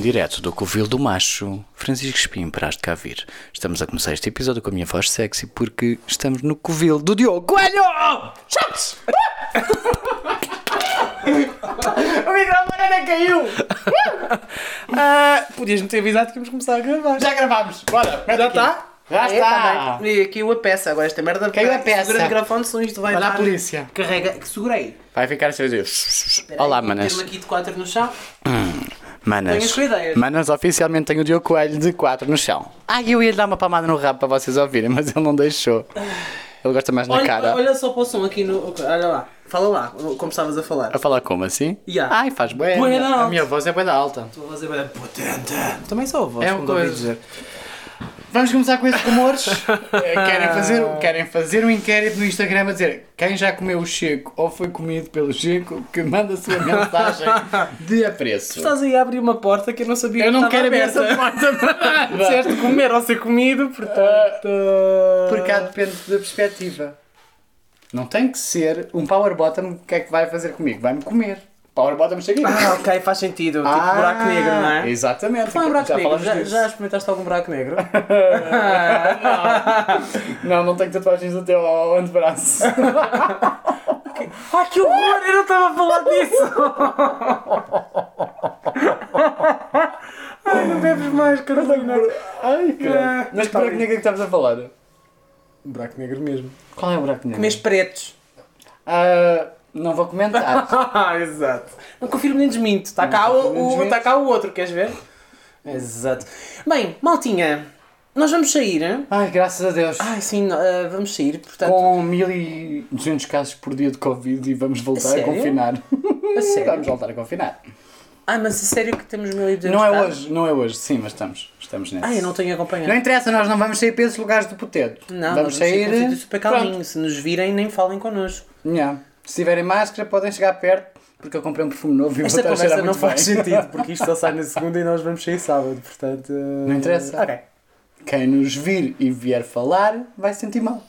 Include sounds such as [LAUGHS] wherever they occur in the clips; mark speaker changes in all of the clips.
Speaker 1: direto do Covil do Macho, Francisco Espinho, paraste cá vir. Estamos a começar este episódio com a minha voz sexy porque estamos no Covil do Diogo Coelho! Chaves!
Speaker 2: O microfone ainda caiu!
Speaker 1: Ah, Podias-me ter avisado que íamos começar a gravar.
Speaker 2: Já gravámos! Bora!
Speaker 1: Já está?
Speaker 2: Já
Speaker 3: É,
Speaker 2: está!
Speaker 3: tá bem. E caiu a peça agora, esta merda.
Speaker 2: Caiu a peça.
Speaker 3: Segura o microfone, sons de vai
Speaker 2: Olha a
Speaker 3: dar.
Speaker 2: polícia.
Speaker 3: Carrega, que segurei.
Speaker 1: Vai ficar assim a dizer. Olá, manas.
Speaker 3: Tenho aqui de 4 no chão.
Speaker 1: Manas.
Speaker 3: Tenhas com ideias.
Speaker 1: Manas, oficialmente tenho o Diogo Coelho de 4 no chão. Ah, eu ia lhe dar uma palmada no rabo para vocês ouvirem, mas ele não deixou. Ele gosta mais na
Speaker 3: Olha,
Speaker 1: cara.
Speaker 3: olha só para o som aqui no. Olha lá. Fala lá, como estavas a falar.
Speaker 1: A falar como assim?
Speaker 3: Ya.
Speaker 1: Ai, faz bem.
Speaker 3: Bué da
Speaker 2: A
Speaker 3: alta.
Speaker 2: minha voz é bem da alta.
Speaker 3: Tua voz é bem potente. Também só a voz,
Speaker 2: É uma
Speaker 3: quando ouvi
Speaker 2: coisa.
Speaker 3: dizer.
Speaker 2: Vamos começar com esses
Speaker 3: [LAUGHS]
Speaker 2: rumores. Eh, querem, fazer, querem fazer um inquérito no Instagram a dizer quem já comeu o Chico ou foi comido pelo Chico que manda a
Speaker 3: [LAUGHS]
Speaker 2: sua mensagem de apreço.
Speaker 3: Estás aí a abrir uma porta que eu não sabia
Speaker 2: Eu não
Speaker 3: que
Speaker 2: quero abrir
Speaker 3: estava
Speaker 2: essa
Speaker 3: aberta.
Speaker 2: porta.
Speaker 3: [LAUGHS] Disseste comer ou ser comido, portanto. Ah,
Speaker 2: Porque cá depende da perspectiva. Não tem que ser um power bottom. O que é que vai fazer comigo? Vai-me comer. Power bottom chega aqui.
Speaker 3: Ah, ok, faz sentido.
Speaker 2: Ah.
Speaker 3: tipo buraco negro, não é?
Speaker 2: Exatamente.
Speaker 3: Fala em buraco
Speaker 2: já
Speaker 3: negro.
Speaker 2: falámos
Speaker 3: Já,
Speaker 2: disso.
Speaker 3: já experimentaste algum buraco negro?
Speaker 2: Não, não tenho tatuagens até ao antebraço.
Speaker 3: [LAUGHS] Ai que horror, eu não estava a falar disso! Ai, não bebes mais, Carolina!
Speaker 2: Ai, caralho.
Speaker 3: Ah,
Speaker 2: Mas que
Speaker 3: tá
Speaker 2: buraco
Speaker 3: bem. Um
Speaker 2: negro é que estavas a falar?
Speaker 3: Buraco negro mesmo.
Speaker 2: Qual é o buraco negro?
Speaker 3: Comes pretos.
Speaker 2: Ah, não vou comentar.
Speaker 3: Ah, [LAUGHS] exato. Não confirmo nem desminto. Está cá,
Speaker 2: confirmo nem
Speaker 3: o, o,
Speaker 2: desminto.
Speaker 3: tá cá o outro, queres ver? [LAUGHS] Exato. Bem, maltinha, nós vamos sair. hein?
Speaker 2: Ai, graças a Deus.
Speaker 3: Ai, sim, ah, vamos sair, portanto.
Speaker 2: Com 1200 casos por dia de Covid e vamos voltar a,
Speaker 3: Sério?
Speaker 2: confinar.
Speaker 3: A
Speaker 2: [LAUGHS] Vamos
Speaker 3: sério.
Speaker 2: voltar a confinar.
Speaker 3: Ai, mas a sério que temos mil e duzentos
Speaker 2: Não é
Speaker 3: casos?
Speaker 2: hoje, não é hoje. Sim, mas estamos. Estamos nesse.
Speaker 3: Ai, eu não tenho acompanhado.
Speaker 2: Não interessa, nós não vamos sair para esses lugares do poteto.
Speaker 3: Não,
Speaker 2: vamos
Speaker 3: nós
Speaker 2: sair.
Speaker 3: com um sítio super
Speaker 2: Pronto.
Speaker 3: calminho. Se nos virem, nem falem connosco.
Speaker 2: Nhá. Se tiverem máscara, podem chegar perto, porque eu comprei um perfume novo e
Speaker 3: Esta
Speaker 2: vou estar a
Speaker 3: conversa
Speaker 2: cheirar
Speaker 3: não
Speaker 2: muito bem.
Speaker 3: faz sentido, porque isto só
Speaker 2: [LAUGHS]
Speaker 3: sai na segunda e nós vamos sair sábado, portanto... Não
Speaker 2: interessa.
Speaker 3: Ok.
Speaker 2: Quem nos vir e vier falar, vai se sentir
Speaker 3: [LAUGHS]
Speaker 2: mal.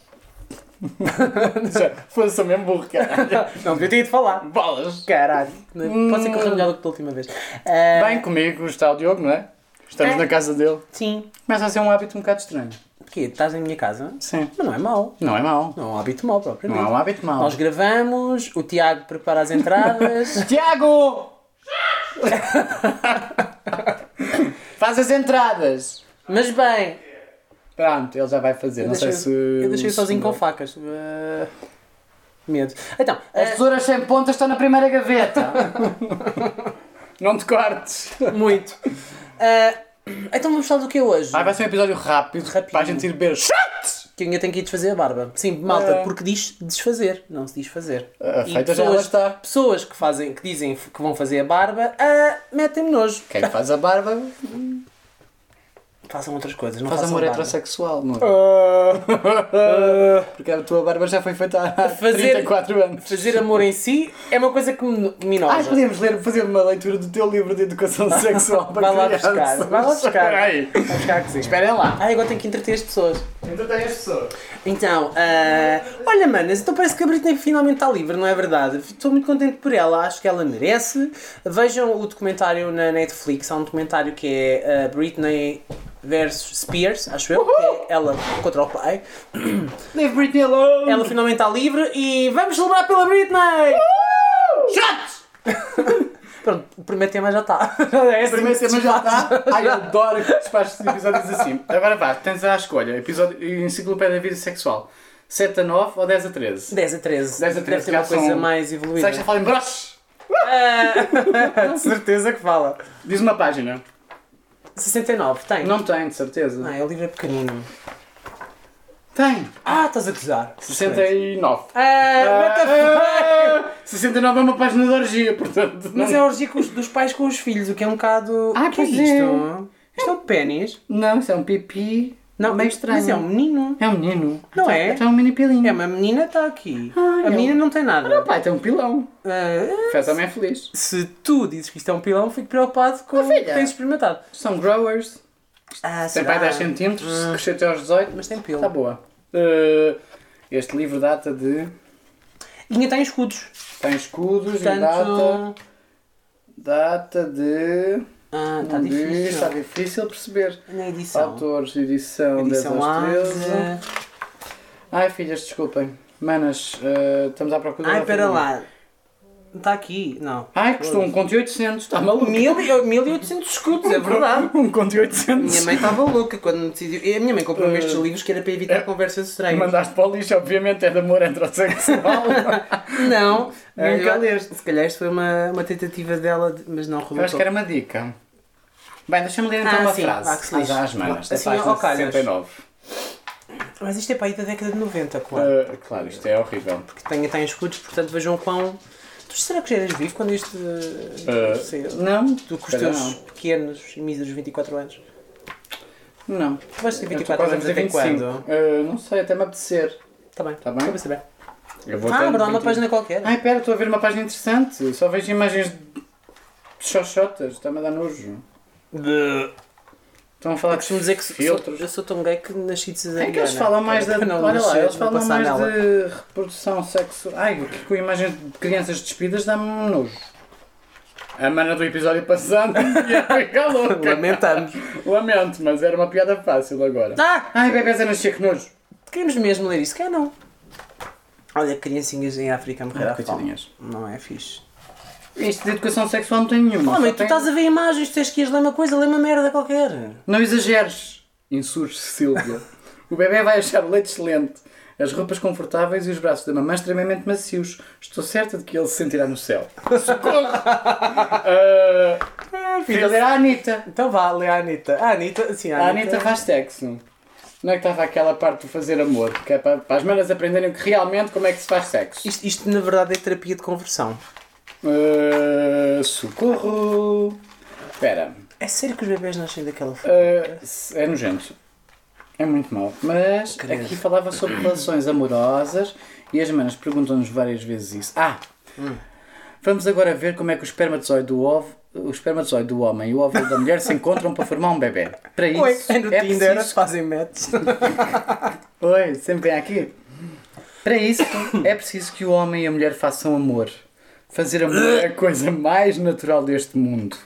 Speaker 2: Já, Foi só mesmo burro, cara.
Speaker 3: Não devia ter ido falar.
Speaker 2: Bolas.
Speaker 3: Caralho. Pode ser que corra melhor do que da última vez. Ah,
Speaker 2: Hum. Bem, comigo está o Diogo, não é? Estamos
Speaker 3: É.
Speaker 2: na casa dele.
Speaker 3: Sim.
Speaker 2: Começa a ser um hábito um bocado estranho.
Speaker 3: Porquê? Estás na minha casa?
Speaker 2: Sim.
Speaker 3: Mas não é mau.
Speaker 2: Não é mau.
Speaker 3: Não é um hábito mau, propriamente.
Speaker 2: Não é um hábito mau.
Speaker 3: Nós gravamos, o Tiago prepara
Speaker 2: [LAUGHS]
Speaker 3: as entradas.
Speaker 2: Tiago! Faz as entradas.
Speaker 3: mas bem...
Speaker 2: Pronto, ele já vai fazer.
Speaker 3: Eu
Speaker 2: não
Speaker 3: deixei,
Speaker 2: sei se.
Speaker 3: eu deixei
Speaker 2: se-
Speaker 3: sozinho com facas. Ah, medo. Então...
Speaker 2: As [LAUGHS]
Speaker 3: ah,
Speaker 2: tesouras sem pontas estão na primeira
Speaker 3: [LAUGHS]
Speaker 2: gaveta. não te cortes.
Speaker 3: muito. Ah, então vamos falar do que é hoje?
Speaker 2: Ah, vai ser um episódio rápido,
Speaker 3: Rapidinho.
Speaker 2: para a gente ir beber. Shut!
Speaker 3: Que ainda tem que ir desfazer a barba. Sim, malta,
Speaker 2: É.
Speaker 3: porque diz desfazer, não se diz fazer.
Speaker 2: Ah,
Speaker 3: E
Speaker 2: feita já
Speaker 3: pessoas-
Speaker 2: ela está.
Speaker 3: Pessoas que, fazem, que dizem f- que vão fazer a barba, ah, metem-me nojo.
Speaker 2: Quem faz a barba
Speaker 3: Façam outras coisas, não
Speaker 2: faz
Speaker 3: façam
Speaker 2: amor
Speaker 3: barba.
Speaker 2: heterossexual, não é?
Speaker 3: Ah, ah,
Speaker 2: Porque a tua barba já foi feita há
Speaker 3: Fazer-
Speaker 2: 34 anos.
Speaker 3: fazer amor em si é uma coisa que me, me
Speaker 2: Ah,
Speaker 3: noja.
Speaker 2: podemos ler, fazer uma leitura do teu livro de
Speaker 3: [LAUGHS]
Speaker 2: educação sexual para
Speaker 3: Vai lá
Speaker 2: crianças.
Speaker 3: buscar, vai lá buscar.
Speaker 2: Ai,
Speaker 3: Vamos ficar que sim.
Speaker 2: Esperem lá.
Speaker 3: Ah, agora tenho que entreter as pessoas.
Speaker 2: Entretém as pessoas.
Speaker 3: Então, ah, olha, manas, então parece que a Britney finalmente está livre, não é verdade? Estou muito contente por ela, acho que ela merece. Vejam o documentário na Netflix, há um documentário que é ah, Britney versus Spears, acho eu, que é ela contra o pai.
Speaker 2: Leave Britney alone.
Speaker 3: Ela finalmente está livre e vamos celebrar pela Britney!
Speaker 2: Shut!
Speaker 3: Pronto, o primeiro tema já está. [LAUGHS] É assim
Speaker 2: Primeiro
Speaker 3: que se
Speaker 2: tema já
Speaker 3: faz. [LAUGHS]
Speaker 2: está. Ai, eu adoro que se faz episódios assim. Agora vá, tens à escolha. Episódio Enciclopédia da Vida Sexual. 7 a 9 ou 10 a 13?
Speaker 3: 10 a 13.
Speaker 2: 10 a 13,
Speaker 3: Deve ter uma
Speaker 2: já
Speaker 3: coisa
Speaker 2: são-
Speaker 3: mais
Speaker 2: Será que já
Speaker 3: evoluída.
Speaker 2: fala em broches?
Speaker 3: Ah, [LAUGHS] de certeza que fala.
Speaker 2: Diz uma página.
Speaker 3: 69, tem.
Speaker 2: Não tem, de certeza.
Speaker 3: Ah, o livro é pequenino.
Speaker 2: Tem.
Speaker 3: Ah, estás a gozar.
Speaker 2: 69.
Speaker 3: Ah, what the fuck?
Speaker 2: Ah, 69 é uma página de orgia, portanto.
Speaker 3: Mas é a orgia com os- dos pais com os filhos, o que é um bocado.
Speaker 2: Ah,
Speaker 3: o que é
Speaker 2: pois
Speaker 3: isto? Isto é um pênis?
Speaker 2: Não, isso é um pipi.
Speaker 3: Não,
Speaker 2: meio
Speaker 3: mas,
Speaker 2: estranho.
Speaker 3: mas é um menino.
Speaker 2: É um menino.
Speaker 3: Não é?
Speaker 2: Então É um mini pilinho.
Speaker 3: É uma menina, está aqui.
Speaker 2: Ai,
Speaker 3: a
Speaker 2: eu-
Speaker 3: menina não tem nada.
Speaker 2: Pai, tem um pilão.
Speaker 3: Ah,
Speaker 2: Faz homem é feliz.
Speaker 3: se tu dizes que isto é um pilão, fico preocupado com o que
Speaker 2: Ah, filha.
Speaker 3: tens experimentado.
Speaker 2: São growers.
Speaker 3: Ah,
Speaker 2: Tem
Speaker 3: será? Ah.
Speaker 2: pai 10 cm, cresceu até aos 18.
Speaker 3: Mas tem pelo.
Speaker 2: Está boa. Uh, este livro data de.
Speaker 3: E ainda tem escudos.
Speaker 2: Tem escudos e data.
Speaker 3: Portanto.
Speaker 2: Data de.
Speaker 3: Ah, está
Speaker 2: Diz,
Speaker 3: difícil.
Speaker 2: Está difícil perceber.
Speaker 3: Na edição.
Speaker 2: Autores, edição,
Speaker 3: edição
Speaker 2: 10 às 13.
Speaker 3: 11.
Speaker 2: Ai, filhas, desculpem. Manas, eh, estamos à procura de
Speaker 3: Ai,
Speaker 2: uma
Speaker 3: espera
Speaker 2: família.
Speaker 3: lá. Está aqui. Não.
Speaker 2: Ai, custou um conto e 800, está maluco.
Speaker 3: [LAUGHS] Mil e- 1800 escudos, é verdade.
Speaker 2: Um conto e
Speaker 3: Minha
Speaker 2: 800.
Speaker 3: mãe estava louca quando me decidiu. E a minha mãe comprou
Speaker 2: Eh,
Speaker 3: estes livros que era para evitar conversas estranhas.
Speaker 2: Mandaste para o lixo, obviamente, é de amor heterossexual. [LAUGHS]
Speaker 3: [LAUGHS] Não,
Speaker 2: Nunca
Speaker 3: eu-
Speaker 2: leste.
Speaker 3: Se calhar isto foi uma, uma tentativa dela, de- mas não
Speaker 2: Eu acho
Speaker 3: resultou.
Speaker 2: que era uma dica. Bem, deixa-me ler então
Speaker 3: Ah,
Speaker 2: uma
Speaker 3: sim,
Speaker 2: frase.
Speaker 3: vá, que se lixe.
Speaker 2: Às às manas, da
Speaker 3: Assim,
Speaker 2: página
Speaker 3: ao calhas.
Speaker 2: 69.
Speaker 3: Mas isto é para aí da década de 90, claro.
Speaker 2: Ah, claro, isto é horrível.
Speaker 3: Que tenha tem escudos, portanto vejam o quão. Tu será que já eras vivo quando isto.
Speaker 2: Ah,
Speaker 3: Uh,
Speaker 2: não,
Speaker 3: tu com os
Speaker 2: espera,
Speaker 3: teus pequenos e míseros 24 anos.
Speaker 2: não. Não.
Speaker 3: Tu vais ter
Speaker 2: Eu estou
Speaker 3: 24
Speaker 2: quase a
Speaker 3: anos até
Speaker 2: fazer 25.
Speaker 3: quando?
Speaker 2: Ah, não sei, até me apetecer.
Speaker 3: Está bem,
Speaker 2: Tá bem.
Speaker 3: Eu vou saber.
Speaker 2: Eu vou
Speaker 3: Ah,
Speaker 2: ter
Speaker 3: mas há uma
Speaker 2: 25.
Speaker 3: página qualquer.
Speaker 2: Ai, pera, estou a ver uma página interessante. Só vejo imagens de xoxotas. Está-me a dar nojo. Estão a falar
Speaker 3: Costumo dizer que sou-
Speaker 2: filtros.
Speaker 3: sou- eu sou tão gay que nasci de cesariana.
Speaker 2: É que eles falam mais da.
Speaker 3: Para não
Speaker 2: olha lá,
Speaker 3: nascer,
Speaker 2: eles
Speaker 3: para
Speaker 2: falam
Speaker 3: passar
Speaker 2: mais
Speaker 3: nela.
Speaker 2: de reprodução sexual. Ai, o que com imagens de crianças despidas dá-me nojo. A mana do episódio passado [LAUGHS] ia ficar louca.
Speaker 3: [LAUGHS] Lamentamos.
Speaker 2: Lamento, mas era uma piada fácil agora.
Speaker 3: Ah!
Speaker 2: Ai, bebês a nascer, que nojo.
Speaker 3: Queremos mesmo ler isso, quer não? Olha, criancinhas em África a morrer à fome.
Speaker 2: Coitadinhas.
Speaker 3: Não é fixe.
Speaker 2: Isto de educação sexual não tem nenhuma.
Speaker 3: Homem,
Speaker 2: só
Speaker 3: Ah, tu
Speaker 2: tem-
Speaker 3: estás a ver imagens, tens que ias ler uma coisa, ler uma merda qualquer.
Speaker 2: Não exageres, insurge Silvia. o bebê vai achar o leite excelente, as roupas confortáveis e os braços da mamã extremamente macios. Estou certa de que ele se sentirá no céu. Socorro! Ah, Filha era a Anitta.
Speaker 3: Então vá, lê a Anitta. A Anitta, sim,
Speaker 2: A Anitta faz sexo. Não é que estava aquela parte do fazer amor, que é para, para as manas aprenderem que realmente como é que se faz sexo.
Speaker 3: Isto, isto, na verdade é terapia de conversão.
Speaker 2: Ah, socorro! Espera.
Speaker 3: É sério que os bebés nascem daquela forma?
Speaker 2: Uh, é nojento. É muito mau. Mas
Speaker 3: Credo.
Speaker 2: aqui falava sobre relações amorosas e as manas perguntam-nos várias vezes isso. Ah!
Speaker 3: Hum.
Speaker 2: Vamos agora ver como é que o espermatozoide do ovo. O espermatozoide do homem e o óvulo da mulher se encontram para formar um bebê. Para isso,
Speaker 3: Oi, é no
Speaker 2: é
Speaker 3: Tinder,
Speaker 2: preciso...
Speaker 3: fazem match.
Speaker 2: Oi, sempre vem aqui. Para isso, é preciso que o homem e a mulher façam amor. Fazer amor é a coisa mais natural deste mundo.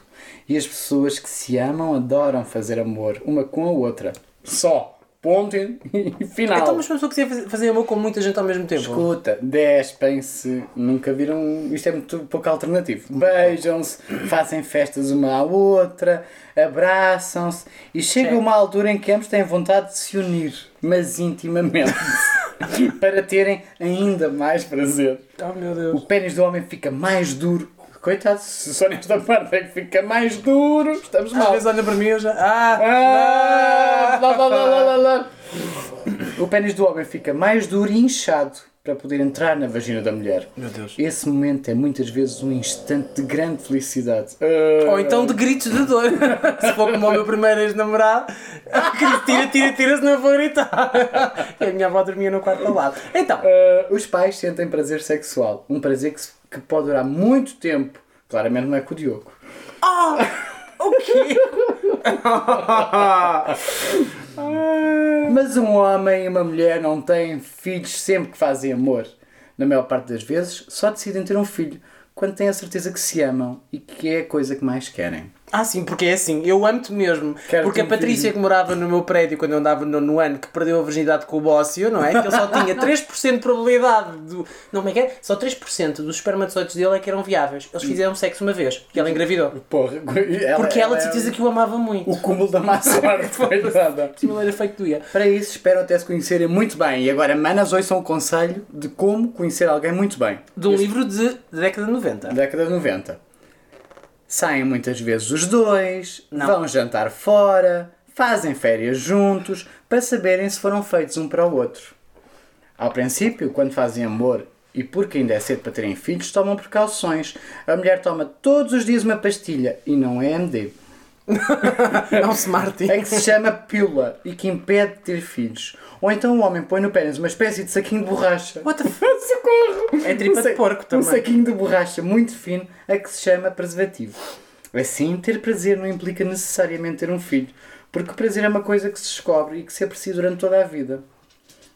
Speaker 2: E as pessoas que se amam adoram fazer amor uma com a outra. Só. Ponto e [LAUGHS] e final.
Speaker 3: Então, mas uma pessoa que quiser fazer- fazer amor com muita gente ao mesmo tempo.
Speaker 2: Escuta, despem-se, nunca viram. Isto é muito pouco alternativo. Beijam-se, fazem festas uma à outra, abraçam-se e chega uma altura em que ambos têm vontade de se unir, mas intimamente, [LAUGHS] para terem ainda mais prazer.
Speaker 3: Oh meu
Speaker 2: O
Speaker 3: Deus.
Speaker 2: pênis do homem fica mais duro. Coitado, se só nesta parte é que fica mais duro, estamos
Speaker 3: Às
Speaker 2: mal.
Speaker 3: vezes olha para mim e eu já. Ah!
Speaker 2: Ah, lá, lá, lá, lá, lá, lá. O pênis do homem fica mais duro e inchado para poder entrar na vagina da mulher.
Speaker 3: Meu Deus.
Speaker 2: Esse momento é muitas vezes um instante de grande felicidade. Ah,
Speaker 3: Ou então de gritos de dor. [LAUGHS] Se for como o meu primeiro ex-namorado, [LAUGHS] grito, tira, tira, tira, senão eu vou gritar. [LAUGHS] E a minha avó dormia no quarto ao lado. Então,
Speaker 2: Ah, os pais sentem prazer sexual. Um prazer que, se- que pode durar muito tempo. Claramente não é com o Diogo.
Speaker 3: o quê?
Speaker 2: Mas um homem e uma mulher não têm filhos sempre que fazem amor. Na maior parte das vezes, só decidem ter um filho quando têm a certeza que se amam e que é a coisa que mais querem.
Speaker 3: Ah, sim, porque é assim, eu amo-te mesmo.
Speaker 2: Quero
Speaker 3: porque a
Speaker 2: ter um filho.
Speaker 3: Patrícia que morava no meu prédio quando eu andava no nono ano, que perdeu a virgindade com o bócio, não é? Que ele só tinha 3% de probabilidade do. Não, como é que é? Só 3% dos espermatozoides dele é que eram viáveis. Eles fizeram sexo uma vez e ela engravidou.
Speaker 2: Porra, é
Speaker 3: Porque ela de certeza que o amava muito.
Speaker 2: o cúmulo da má [LAUGHS] sorte foi dada.
Speaker 3: Sim, ele era feito do ia.
Speaker 2: Para isso, espero até se conhecerem muito bem. E agora, manas, hoje são o conselho de como conhecer alguém muito bem.
Speaker 3: De um livro de da década de 90.
Speaker 2: Na década de 90. Saem muitas vezes os dois,
Speaker 3: Não.
Speaker 2: vão jantar fora, fazem férias juntos, para saberem se foram feitos um para o outro. Ao princípio, quando fazem amor e porque ainda é cedo para terem filhos, tomam precauções. A mulher toma todos os dias uma pastilha e não é MD.
Speaker 3: [LAUGHS] É um Smarty.
Speaker 2: é que se chama pílula e que impede de ter filhos. Ou então o homem põe no pênis uma espécie de saquinho de borracha.
Speaker 3: What the f...
Speaker 2: Socorro!
Speaker 3: É tripa de
Speaker 2: sa-
Speaker 3: porco também.
Speaker 2: Um saquinho de borracha muito fino a que se chama preservativo. Assim, ter prazer não implica necessariamente ter um filho, porque o prazer é uma coisa que se descobre e que se aprecia durante toda a vida.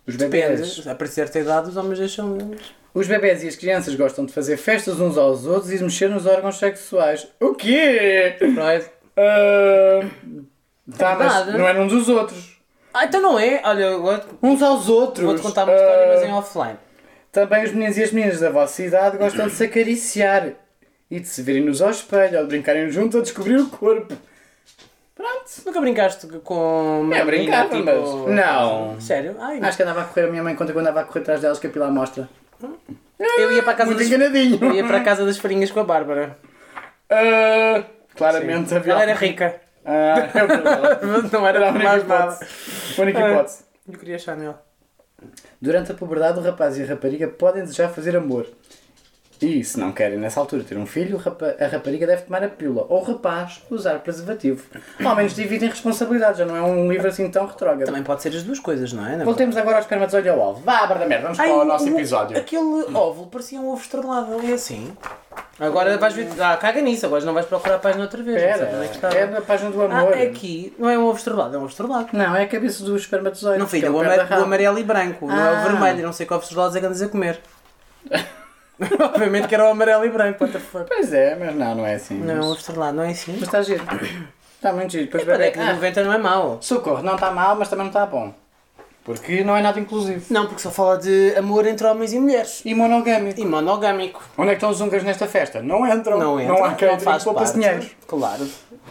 Speaker 2: Os bebés.
Speaker 3: Depende. A partir de certa idade os homens deixam menos.
Speaker 2: Os bebés e as crianças gostam de fazer festas uns aos outros e de mexer nos órgãos sexuais. O quê?
Speaker 3: Freud.
Speaker 2: Ah, tá, mas
Speaker 3: Verdade.
Speaker 2: não é num dos outros.
Speaker 3: Ah, então não é? Olha, eu vou-
Speaker 2: Uns aos outros.
Speaker 3: vou-te contar uma história,
Speaker 2: Ah,
Speaker 3: mas é em offline.
Speaker 2: Também os meninos e as meninas da vossa idade gostam de se acariciar e de se verem-nos ao espelho ou de brincarem juntos a descobrir o corpo. Pronto.
Speaker 3: Nunca brincaste com uma
Speaker 2: É,
Speaker 3: menina, tipo,
Speaker 2: brincava, mas- Não.
Speaker 3: Sério? Ai,
Speaker 2: Acho que andava a correr, a minha mãe conta quando andava a correr atrás delas com a pila à mostra.
Speaker 3: eu ia para a casa
Speaker 2: Muito
Speaker 3: das...
Speaker 2: enganadinho.
Speaker 3: Eu ia para a casa das farinhas com a Bárbara.
Speaker 2: Ah, claramente havia.
Speaker 3: Ela era rica.
Speaker 2: Ah, é o problema.
Speaker 3: Não [LAUGHS] era,
Speaker 2: Era a única
Speaker 3: mais nada.
Speaker 2: hipótese. A única
Speaker 3: Ah.
Speaker 2: hipótese.
Speaker 3: Eu queria Chanel.
Speaker 2: Durante a puberdade, o rapaz e a rapariga podem desejar fazer amor. E, se não querem nessa altura ter um filho, o rapa- a rapariga deve tomar a pílula. Ou o rapaz usar preservativo. Ao menos dividem responsabilidades, já não é um livro assim tão retrógrado.
Speaker 3: Também pode ser as duas coisas, não é? Na
Speaker 2: Voltemos agora ao espermatozoide e ao alvo. Vá, barra da merda, vamos
Speaker 3: Ai,
Speaker 2: para é o nosso
Speaker 3: o-
Speaker 2: episódio.
Speaker 3: Aquele óvulo parecia um ovo estrelado, é assim. Agora vais ver. Ah, caga nisso, agora não vais procurar a página outra vez. não
Speaker 2: Espera,
Speaker 3: sei onde é que está.
Speaker 2: é na página do
Speaker 3: Ah,
Speaker 2: amor.
Speaker 3: aqui não é um ovo estrelado, é um ovo estrelado.
Speaker 2: Não, é a cabeça do espermatozoide.
Speaker 3: Não,
Speaker 2: que é
Speaker 3: filho,
Speaker 2: o
Speaker 3: o,
Speaker 2: pé da
Speaker 3: amar-
Speaker 2: raba.
Speaker 3: o amarelo e branco, não é
Speaker 2: Ah.
Speaker 3: o vermelho. Eu Não sei que ovos estrelados é que andas a comer. [LAUGHS] Obviamente que era o amarelo e branco, what the fuck.
Speaker 2: Pois é, mas não, não é assim.
Speaker 3: Não é um
Speaker 2: mas...
Speaker 3: ovo estrelado, não é assim?
Speaker 2: mas está giro. Está muito giro. Depois
Speaker 3: Para a
Speaker 2: bebe-
Speaker 3: década de
Speaker 2: Ah,
Speaker 3: 90 não é mau.
Speaker 2: Socorro, não está mal, mas também não está bom. Porque não é nada inclusivo.
Speaker 3: Não, porque só fala de amor entre homens e mulheres.
Speaker 2: E monogâmico.
Speaker 3: E monogâmico.
Speaker 2: Onde é que estão os húngaros nesta festa? Não entram.
Speaker 3: Não entra,
Speaker 2: Não há
Speaker 3: não
Speaker 2: catering,
Speaker 3: faz
Speaker 2: poupa-se
Speaker 3: parte.
Speaker 2: dinheiro.
Speaker 3: Claro.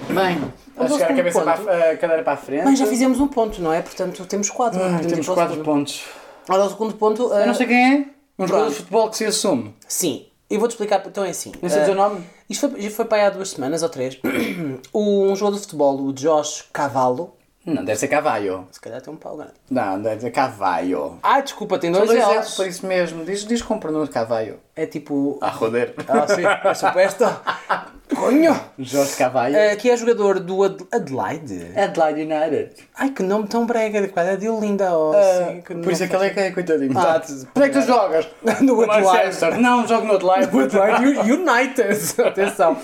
Speaker 2: Bem, a
Speaker 3: eles
Speaker 2: chegar a,
Speaker 3: têm
Speaker 2: cabeça
Speaker 3: um
Speaker 2: para
Speaker 3: ponto.
Speaker 2: a, a cadeira para a frente.
Speaker 3: Bem, já fizemos um ponto, não é? Portanto, temos quatro.
Speaker 2: Ai,
Speaker 3: Podemos ir
Speaker 2: Hum, temos
Speaker 3: para o
Speaker 2: quatro
Speaker 3: segundo.
Speaker 2: pontos.
Speaker 3: Agora o segundo ponto. ah,
Speaker 2: Eu não sei quem é. Um jogador
Speaker 3: Pronto.
Speaker 2: de futebol que se assume.
Speaker 3: Sim, eu vou-te explicar. Então é assim.
Speaker 2: Nem sei
Speaker 3: ah,
Speaker 2: dizer o nome.
Speaker 3: isto foi, isto foi para aí há duas semanas ou três. [CLEARS THROAT] O- um jogador de futebol, o Josh Cavallo.
Speaker 2: Não, deve ser Cavalho.
Speaker 3: Se calhar tem um pau grande.
Speaker 2: Não, deve ser Cavalho.
Speaker 3: Ah, desculpa, tem dois,
Speaker 2: Dois L's,
Speaker 3: L's.
Speaker 2: por isso mesmo. Diz, diz com pronúncio Cavalho.
Speaker 3: É tipo.
Speaker 2: A roder. [LAUGHS]
Speaker 3: Ah, sim, é suposto.
Speaker 2: um
Speaker 3: Conho!
Speaker 2: Jorge Cavalho.
Speaker 3: Ah, que é jogador do Ad- Adelaide.
Speaker 2: Adelaide United.
Speaker 3: Ai, que nome tão brega, quase é de linda. Oh, sim, que
Speaker 2: por isso é que é ele é que é coitadinho.
Speaker 3: Ah,
Speaker 2: tá.
Speaker 3: tu-
Speaker 2: Onde é que tu jogas?
Speaker 3: [LAUGHS] No Adelaide.
Speaker 2: Manchester. Não, jogo no Adelaide.
Speaker 3: But right, you- United!
Speaker 2: [LAUGHS]
Speaker 3: Atenção!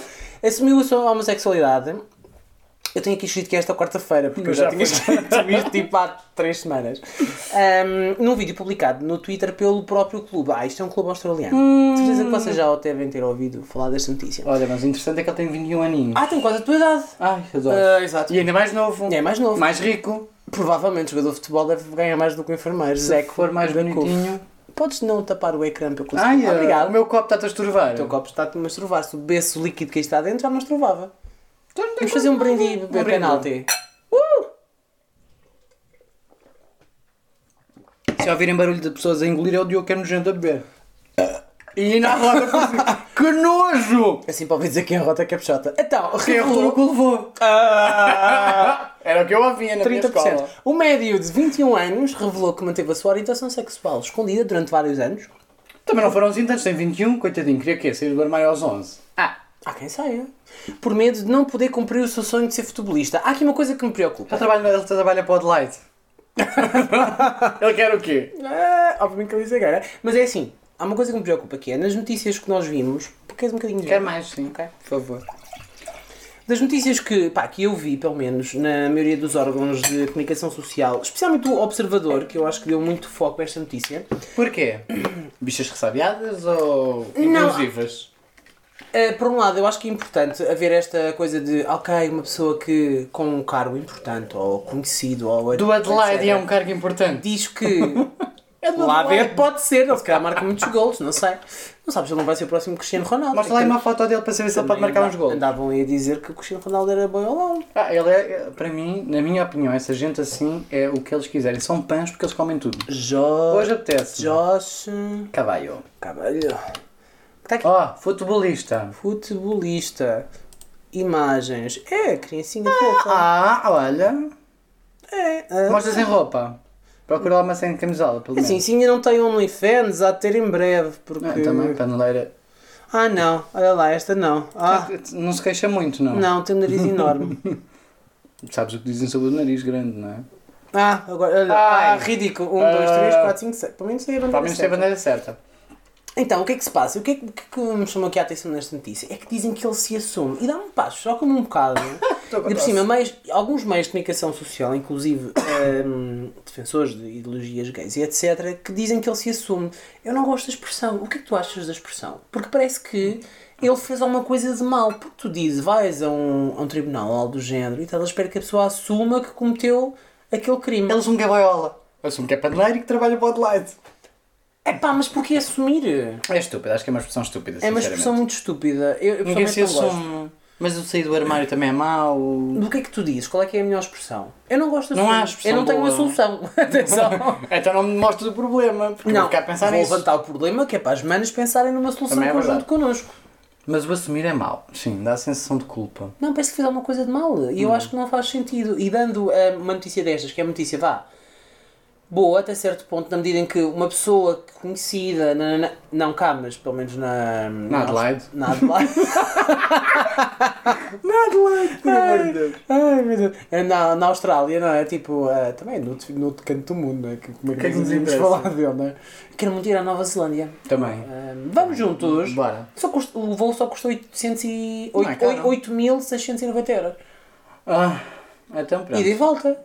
Speaker 3: Assumiu a sua homossexualidade. Eu tenho aqui escrito que é esta quarta-feira, porque eu já,
Speaker 2: Já
Speaker 3: tinha escrito isto tipo há três semanas. Ahm, num vídeo publicado no Twitter pelo próprio clube. Ah, isto é um clube australiano.
Speaker 2: Hum.
Speaker 3: De certeza que vocês já o devem ter ouvido falar desta notícia.
Speaker 2: Olha, mas o interessante é que ele tem 21 aninhos.
Speaker 3: Ah, tem quase a tua idade.
Speaker 2: Ai, adoro.
Speaker 3: Ah, exato.
Speaker 2: E ainda mais novo.
Speaker 3: É mais novo.
Speaker 2: Mais rico.
Speaker 3: Provavelmente o jogador de futebol deve ganhar mais do que o enfermeiro.
Speaker 2: Se
Speaker 3: Zé,
Speaker 2: for mais
Speaker 3: da Cuf.
Speaker 2: bonitinho.
Speaker 3: Podes não tapar o ecrã para eu conseguir.
Speaker 2: Ai, ah,
Speaker 3: Obrigado.
Speaker 2: o meu copo está-te a estorvar.
Speaker 3: O teu copo está-te a masturvar. Se bebesse o líquido que aí está dentro, já masturbava.
Speaker 2: Então não tem
Speaker 3: Vamos fazer um
Speaker 2: como-
Speaker 3: brinde e beber
Speaker 2: brinde.
Speaker 3: penalti. Uh!
Speaker 2: Se ouvirem barulho de pessoas a engolir, é o Diogo que é nojento a beber. E na roda por [LAUGHS] cima. Que nojo!
Speaker 3: Assim para ouvir dizer quem é a rota que é puxota. Então,
Speaker 2: Quem arrotou o que o levou?
Speaker 3: [LAUGHS] Ah,
Speaker 2: Era o que eu ouvia na
Speaker 3: 30%. O médio de 21 anos revelou que manteve a sua orientação sexual escondida durante vários anos.
Speaker 2: Também não foram assim tantos, tem 21, coitadinho, queria quê? Sair do armário aos 11.
Speaker 3: Ah. Há quem saia. Por medo de não poder cumprir o seu sonho de ser futebolista. Há aqui uma coisa que me preocupa.
Speaker 2: Já trabalha, ele trabalha para o Adelaide. [LAUGHS] ele quer o quê?
Speaker 3: Ah, obviamente que ele disse agora. Mas é assim, há uma coisa que me preocupa aqui. É nas notícias que nós vimos... Porque és um bocadinho... de
Speaker 2: Quer
Speaker 3: gelo?
Speaker 2: mais, sim.
Speaker 3: Ok.
Speaker 2: Por favor.
Speaker 3: Das notícias que, pá, que eu vi, pelo menos, na maioria dos órgãos de comunicação social, especialmente o Observador, que eu acho que deu muito foco a esta notícia,
Speaker 2: Porquê? Bichas ressabiadas ou
Speaker 3: Não.
Speaker 2: inclusivas?
Speaker 3: eh, por um lado, eu acho que é importante haver esta coisa de, ok, uma pessoa que com um cargo importante ou conhecido ou.
Speaker 2: Do Adelaide
Speaker 3: etc.,
Speaker 2: é um cargo importante.
Speaker 3: Diz
Speaker 2: [LAUGHS]
Speaker 3: que.
Speaker 2: É do
Speaker 3: lá
Speaker 2: Adelaide.
Speaker 3: ver, pode ser, ele se calhar marca muitos golos, não sei. Não sabes, ele não vai ser o próximo Cristiano Ronaldo. Então,
Speaker 2: Mostra lá aí uma foto dele para saber se ele pode marcar um uns gols.
Speaker 3: Andavam aí a dizer que o Cristiano Ronaldo era bom ou não.
Speaker 2: Ah, ele é, para mim, na minha opinião, essa gente assim é o que eles quiserem. São pães porque eles comem tudo. Hoje
Speaker 3: Jorge.
Speaker 2: apetece.
Speaker 3: Jorge.
Speaker 2: Cavalho.
Speaker 3: Cabalho. Está aqui.
Speaker 2: Ó, futebolista.
Speaker 3: Futebolista. Imagens. É, criancinha fofa.
Speaker 2: Ah, olha.
Speaker 3: É. ah.
Speaker 2: Mostra sem roupa. Procura lá uma sem camisola, pelo menos.
Speaker 3: Assim, sim, ainda não tem OnlyFans, há de ter em breve, porque...
Speaker 2: Ah, também, para não dar.
Speaker 3: Ah, não. Olha lá, esta não. Ah,
Speaker 2: Não se queixa muito, não.
Speaker 3: não, tem um
Speaker 2: [LAUGHS]
Speaker 3: nariz enorme.
Speaker 2: Sabes o que dizem sobre o nariz grande, não é?
Speaker 3: Ah, agora, olha.
Speaker 2: Ai.
Speaker 3: Ah, ridículo. Um, dois, três,
Speaker 2: Ah.
Speaker 3: quatro, cinco, seis. Pelo menos tem a bandeira
Speaker 2: Pelo menos tem a
Speaker 3: certa.
Speaker 2: bandeira certa.
Speaker 3: Então, o que é que se passa? O que é que, o que é que me chamou aqui a atenção nesta notícia? É que dizem que ele se assume. E dá-me paz, só como um
Speaker 2: [LAUGHS]
Speaker 3: bocado.
Speaker 2: Estou com
Speaker 3: e por
Speaker 2: tosse.
Speaker 3: cima, meios- alguns meios de comunicação social, inclusive hum, defensores de ideologias gays e etc., que dizem que ele se assume. Eu não gosto da expressão. O que é que tu achas da expressão? Porque parece que ele fez alguma coisa de mal. Porque tu dizes, vais a um, a um tribunal, algo do género, e tal, espera que a pessoa assuma que cometeu aquele crime.
Speaker 2: Eles um que é boiola. Assumo que é paneleiro e que trabalha para o Adelaide.
Speaker 3: É pá, mas porquê assumir?
Speaker 2: É estúpido, acho que é uma expressão estúpida.
Speaker 3: É uma expressão muito estúpida. Eu, eu
Speaker 2: Ninguém se
Speaker 3: pessoalmente não gosto.
Speaker 2: assume. Mas o sair do armário também é mau.
Speaker 3: Do que é que tu dizes? Qual é que é a melhor expressão? Eu não gosto da
Speaker 2: Não
Speaker 3: solução.
Speaker 2: há expressão
Speaker 3: Eu não tenho
Speaker 2: boa.
Speaker 3: uma solução. [LAUGHS] Atenção.
Speaker 2: [LAUGHS] então não me mostres o problema, porque eu vou
Speaker 3: não,
Speaker 2: ficar a pensar
Speaker 3: vou
Speaker 2: nisso.
Speaker 3: levantar o problema que é para as manas pensarem numa solução
Speaker 2: Também
Speaker 3: em
Speaker 2: é
Speaker 3: conjunto
Speaker 2: verdade.
Speaker 3: connosco.
Speaker 2: Mas o assumir é mau. Sim, dá a sensação de culpa.
Speaker 3: Não, parece que fez alguma coisa de mal.
Speaker 2: Hum.
Speaker 3: E eu acho que não faz sentido. E dando eh, uma notícia destas, que é uma notícia, vá, boa até certo ponto, na medida em que uma pessoa conhecida, na, na- não cá, mas pelo menos na...
Speaker 2: Na Adelaide.
Speaker 3: Na Adelaide.
Speaker 2: [LAUGHS] Por amor de Deus.
Speaker 3: Ai, meu Deus. É Na, na Austrália, não é? Tipo, eh, também no outro, no outro canto do mundo, não é? Que, como é que,
Speaker 2: Que é que
Speaker 3: nós
Speaker 2: nos
Speaker 3: íamos
Speaker 2: interessa?
Speaker 3: falar [LAUGHS] dele, não é? Quero muito ir à Nova Zelândia.
Speaker 2: Também.
Speaker 3: Ah, vamos
Speaker 2: Hum,
Speaker 3: juntos.
Speaker 2: Bora.
Speaker 3: Só custa- o voo só custou 800 e...
Speaker 2: Não é
Speaker 3: oito-
Speaker 2: caro.
Speaker 3: 8.690 euros.
Speaker 2: Ah, então
Speaker 3: Ida e
Speaker 2: pronto.
Speaker 3: volta.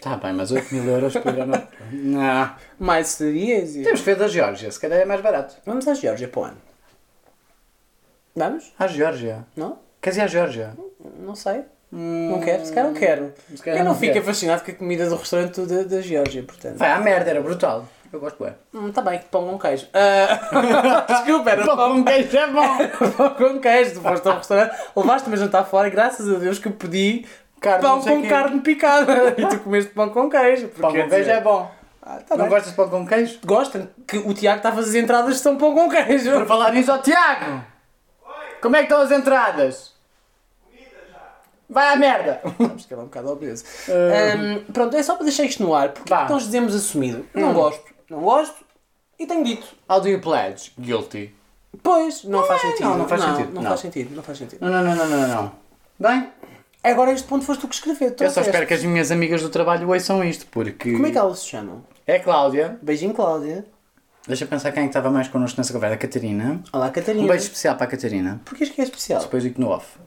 Speaker 2: Tá bem, mas 8 mil euros por [LAUGHS] ano. não.
Speaker 3: Mais dias e...
Speaker 2: Temos que ver da Geórgia, se calhar é mais barato.
Speaker 3: Vamos à Geórgia para o ano. Vamos?
Speaker 2: À Geórgia.
Speaker 3: Não?
Speaker 2: Quer dizer, à Geórgia.
Speaker 3: Não sei. Não quero? Se calhar não quero.
Speaker 2: Hum, Se calhar
Speaker 3: Eu não,
Speaker 2: não
Speaker 3: fico
Speaker 2: quero.
Speaker 3: fascinado com a comida do restaurante da, da Geórgia, portanto.
Speaker 2: Vai à merda, era brutal. Eu gosto bem.
Speaker 3: Hum, tá bem, pão com queijo. Ah, [LAUGHS] Desculpa, era pão
Speaker 2: um queijo é bom!
Speaker 3: pão com queijo. Tu foste ao restaurante, levaste-me a jantar fora e graças a Deus que eu pedi
Speaker 2: Carne,
Speaker 3: pão
Speaker 2: não sei
Speaker 3: com
Speaker 2: quê.
Speaker 3: carne picada. [LAUGHS] E tu comeste pão com queijo.
Speaker 2: Pão
Speaker 3: porque-
Speaker 2: com queijo é bom.
Speaker 3: Ah, tá
Speaker 2: Não
Speaker 3: bem.
Speaker 2: gostas de pão com queijo?
Speaker 3: Gostam que o Tiago está a fazer as entradas que são pão com queijo.
Speaker 2: Para falar nisso, ó Tiago! Como é que estão as entradas? Vai à [LAUGHS] merda!
Speaker 3: Sabes que ele é um bocado obeso. Hum, pronto, é só para deixar isto no ar, porque é
Speaker 2: Vá.
Speaker 3: nós dizemos assumido. Não gosto, não gosto e tenho dito.
Speaker 2: How do you pledge? Guilty.
Speaker 3: Pois, não, faz
Speaker 2: é,
Speaker 3: sentido.
Speaker 2: não, não faz sentido,
Speaker 3: Não,
Speaker 2: não.
Speaker 3: faz sentido, não faz sentido.
Speaker 2: Não, não, não, não, não, não. Bem,
Speaker 3: Agora este ponto foste tu que escreveu.
Speaker 2: eu só
Speaker 3: trouxeste.
Speaker 2: espero que as minhas amigas do trabalho ouçam isto, porque...
Speaker 3: Como é que elas se chamam?
Speaker 2: É a Cláudia.
Speaker 3: Beijinho, Cláudia.
Speaker 2: Deixa eu pensar quem é estava mais connosco nessa conversa. A Catarina.
Speaker 3: Olá, Catarina.
Speaker 2: Um beijo especial para a Catarina.
Speaker 3: Porquê isto que é especial?
Speaker 2: Depois digo no off.